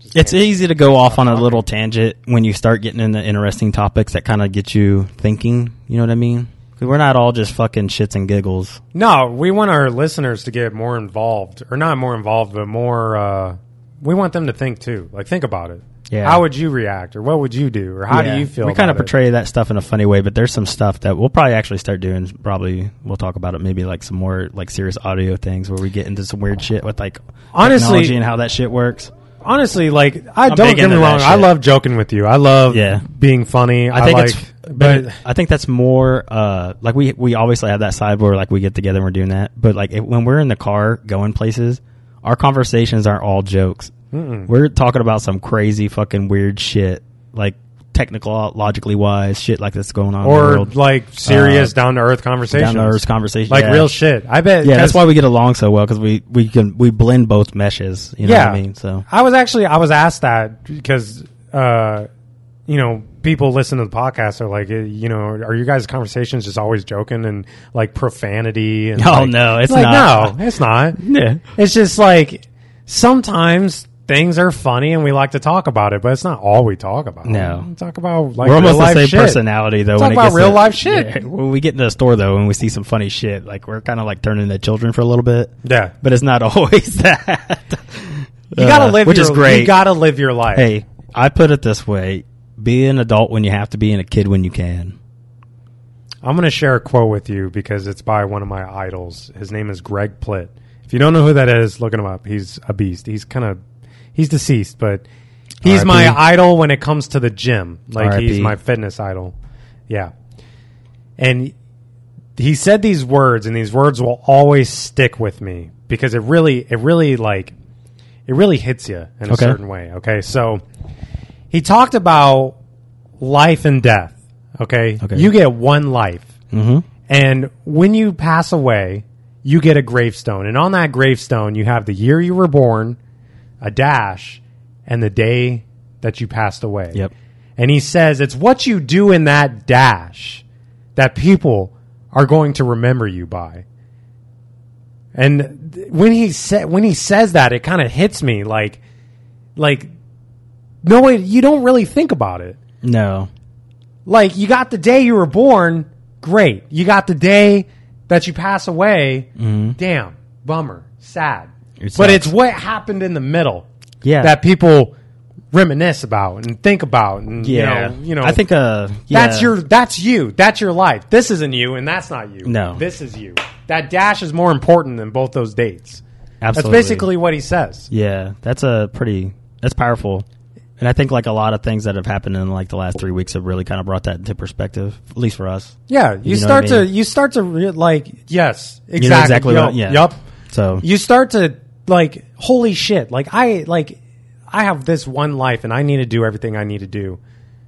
just It's can't- easy to go off on a little tangent when you start getting into interesting topics that kind of get you thinking. You know what I mean? 'Cause we're not all just fucking shits and giggles. No, we want our listeners to get more involved, or not more involved, but more. Uh, we want them to think too. Like, think about it. Yeah. How would you react, or what would you do, or how Yeah. do you feel? We kind of about it? portray that stuff in a funny way, but there's some stuff that we'll probably actually start doing. Probably we'll talk about it. Maybe like some more like serious audio things where we get into some weird shit with like Honestly- technology and how that shit works. Honestly, like I don't big get me into that wrong. I shit. love joking with you. I love Yeah. being funny. I, I think like, it's, but but I think that's more uh, like we we obviously have that side where like we get together and we're doing that, but like if, when we're in the car going places, our conversations aren't all jokes. We're talking about some crazy fucking weird shit, like technical logically wise shit like that's going on. in the or world. like serious, Uh, down to earth conversations, down-to-earth conversation, like yeah. real shit. I bet. yeah, that's 'cause- why we get along so well because we we can we blend both meshes. You know yeah, what I mean? So I was actually I was asked that because uh, you know people listen to the podcast are like eh, you know are you guys conversations just always joking and like profanity? And, Oh, like- no, it's like, not. No, it's not. yeah, It's just like sometimes things are funny and we like to talk about it, but it's not all we talk about. No. we talk about like we're almost real the life same shit. personality though. Talk when it about gets to- real life shit. Yeah, when we get into the store though, and we see some funny shit, like we're kind of like turning into children for a little bit. Yeah, but it's not always that. you gotta Uh, live, which your, is great. You gotta live your life. hey, I put it this way: be an adult when you have to, be and a kid when you can. I'm going to share a quote with you because it's by one of my idols. His name is Greg Plitt. If you don't know who that is, look him up. He's a beast. He's kind of he's deceased, but he's R.I.P.. my idol when it comes to the gym. Like he's R.I.P.. my fitness idol. Yeah. And he said these words and these words will always stick with me because it really it really like it really hits you in a Okay. certain way. Okay. So he talked about life and death. Okay. Okay. You get one life. Mm-hmm. And when you pass away, you get a gravestone. And on that gravestone, you have the year you were born, a dash, and the day that you passed away. Yep. And he says it's what you do in that dash that people are going to remember you by. And th- when he sa- when he says that, it kind of hits me like like no it- you don't really think about it. No, Like you got the day you were born, great. You got the day that you pass away, damn, bummer, sad. Mm-hmm. It But sucks. it's what happened in the middle yeah, that people reminisce about and think about. And, yeah. You know, you know I think uh, that's yeah. your that's you. That's your life. This isn't you, and that's not you. No. this is you. That dash is more important than both those dates. Absolutely. That's basically what he says. Yeah, that's a pretty that's powerful. And I think like a lot of things that have happened in like the last 3 weeks have really kind of brought that into perspective, at least for us. Yeah, you, You know start what I to mean? you start to re- like yes, exactly. You know exactly yup, what- yeah. Yup. So, You start to like holy shit. Like I like I have this one life, and I need to do everything I need to do.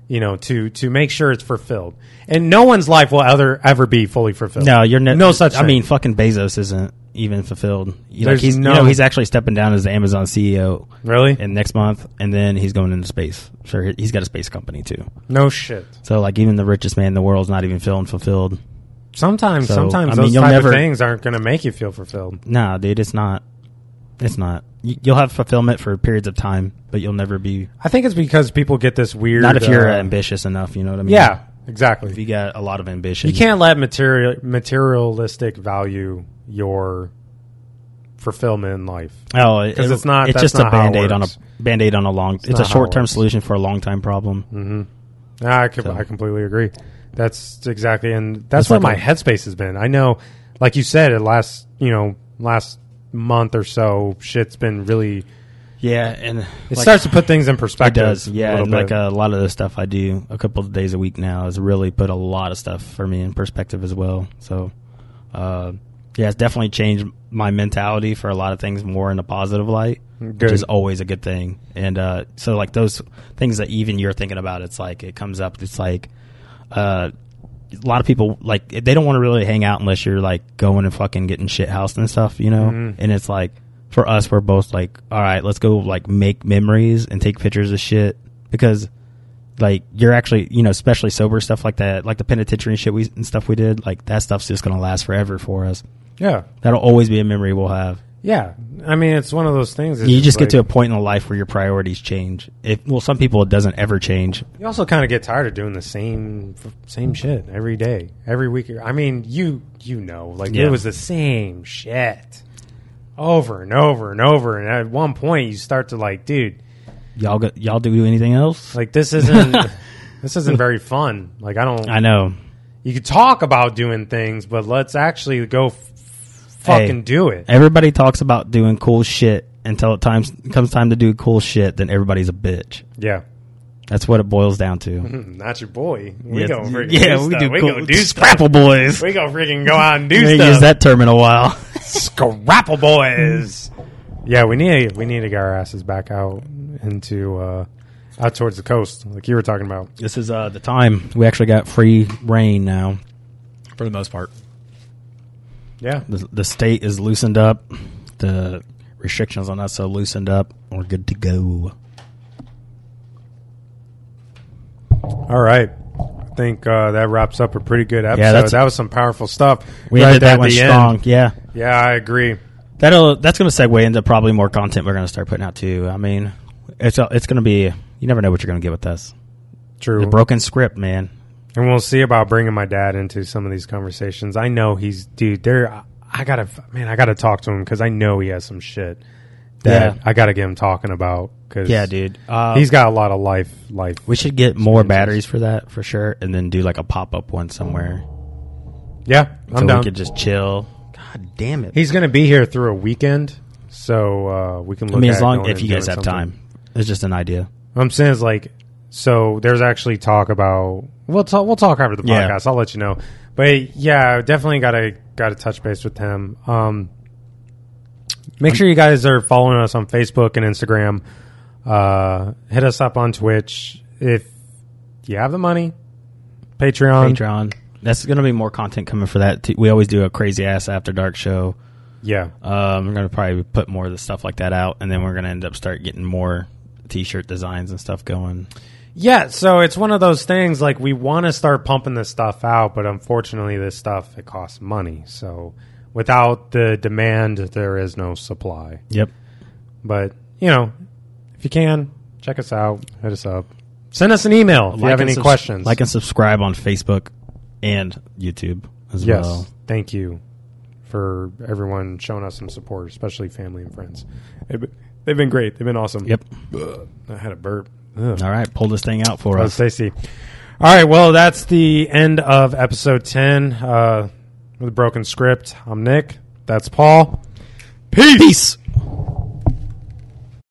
You know, to to make sure it's fulfilled, and no one's life will ever ever be fully fulfilled. no, you're ne- no such. I thing. mean, fucking Bezos isn't even fulfilled. You know, There's he's no- you know, he's actually stepping down as the Amazon CEO really, in next month and then he's going into space. Sure, he- he's got a space company too. no shit. So like even the richest man in the world's not even feeling fulfilled. Sometimes, So, sometimes I mean, those you'll type never- of things aren't going to make you feel fulfilled. Nah, dude, it's not. It's not. You- You'll have fulfillment for periods of time, but you'll never be. I think it's because people get this weird. Not if you're uh, ambitious enough. You know what I mean? Yeah, If exactly. you got a lot of ambition, You can't let material materialistic value your fulfillment in life. Oh, it- 'Cause it- it's not- It's that's just not a how it band aid on a works. band aid on a long. It's, not a how it short term works. Mm. solution for a long time problem. I could, So- I completely agree. That's exactly, and that's It's what like my a- headspace has been. I know, like you said, it last you know last month or so, shit's been really. Yeah, and It starts to put things in It perspective. does. Yeah, a little and like bit. a lot of the stuff I do a couple of days a week now has really put a lot of stuff for me in perspective as well. So, uh, yeah, it's definitely changed my mentality for a lot of things more in a positive light, Good. which is always a good thing. And uh, so, like those things that even you're thinking about, it's like it comes up. It's like uh, a lot of people like they don't want to really hang out unless you're like going and fucking getting shit housed and stuff, you know. Mhm. And it's like for us, we're both like, all right, let's go like make memories and take pictures of shit because like you're actually you know especially sober stuff like that, like the penitentiary shit we and stuff we did, like that stuff's just gonna last forever for us. yeah, That'll always be a memory we'll have. yeah. I mean, it's one of those things. you just get to a a point in life where your priorities change. If well, some people it doesn't ever change. You also kind of get tired of doing the same same shit every day, every week. I mean, you you know, like Yeah. it was the same shit over and over and over. And at one point, you start to like, dude, Y'all go, y'all do anything else? like this isn't this isn't very fun. Like I don't. I know. you could talk about doing things, but let's actually go f- Hey. fucking do it. Everybody talks about doing cool shit until it times comes time to do cool shit. Then everybody's a bitch. Yeah. That's what it boils down to. Mm, Not your boy. We Yes. go freaking yeah, do we stuff. do we cool go do stuff. scrapple boys. We go freaking go out and do We haven't stuff. used that term in a while. Scrapple boys. Yeah, we need we need to get our asses back out into uh, out towards the coast, like you were talking about. this is uh, the time we actually got free rain now. For the most part, Yeah, the, the state is loosened up. The restrictions on us are loosened up. We're good to go. all right. I think uh, that wraps up a pretty good episode. that's- that was some powerful stuff. We Right ended there that at one the end. strong. Yeah, Yeah, I agree. That'll that's going to segue into probably more content we're going to start putting out too. I mean, it's it's going to be you never know what you're going to get with us. True. The broken script, man. and we'll see about bringing my dad into some of these conversations. I know he's dude. There, I gotta man, I gotta talk to him because I know he has some shit that Yeah. I gotta get him talking about. Cause Yeah, dude. Uh, he's got a lot of life life we should get more batteries for that for sure, and then do like a pop up one somewhere Yeah, I'm so down. we could just chill. God damn it! He's going to be here through a weekend, so uh, we can. Look I mean, at as long going if and you guys doing have something. time, it's just an idea. What I'm saying is like, so there's actually talk about. We'll talk. We'll talk after the Yeah. podcast. I'll let you know. But yeah, definitely got to got to touch base with him. Um, make sure you guys are following us on Facebook and Instagram. Uh, hit us up on Twitch if you have the money. Patreon. Patreon. That's going to be more content coming for that. Too. We always do a crazy ass after dark show. Yeah. Um, we're gonna probably put more of the stuff like that out, and then we're gonna end up start getting more t-shirt designs and stuff going. Yeah, so it's one of those things like we want to start pumping this stuff out, but unfortunately this stuff it costs money. So without the demand there is no supply. Yep. But, you know, if you can, check us out, hit us up. Send us an email if you have and any subs- questions. Like and subscribe on Facebook and YouTube as yes. well. Thank you for everyone showing us some support, especially family and friends. They've been- They've been great. They've been awesome. Yep. I had a burp. Ugh. All right, pull this thing out for Oh, us. Stacy. All right. Well, that's the end of episode 10 uh, with a broken script. I'm Nick. That's Paul. Peace.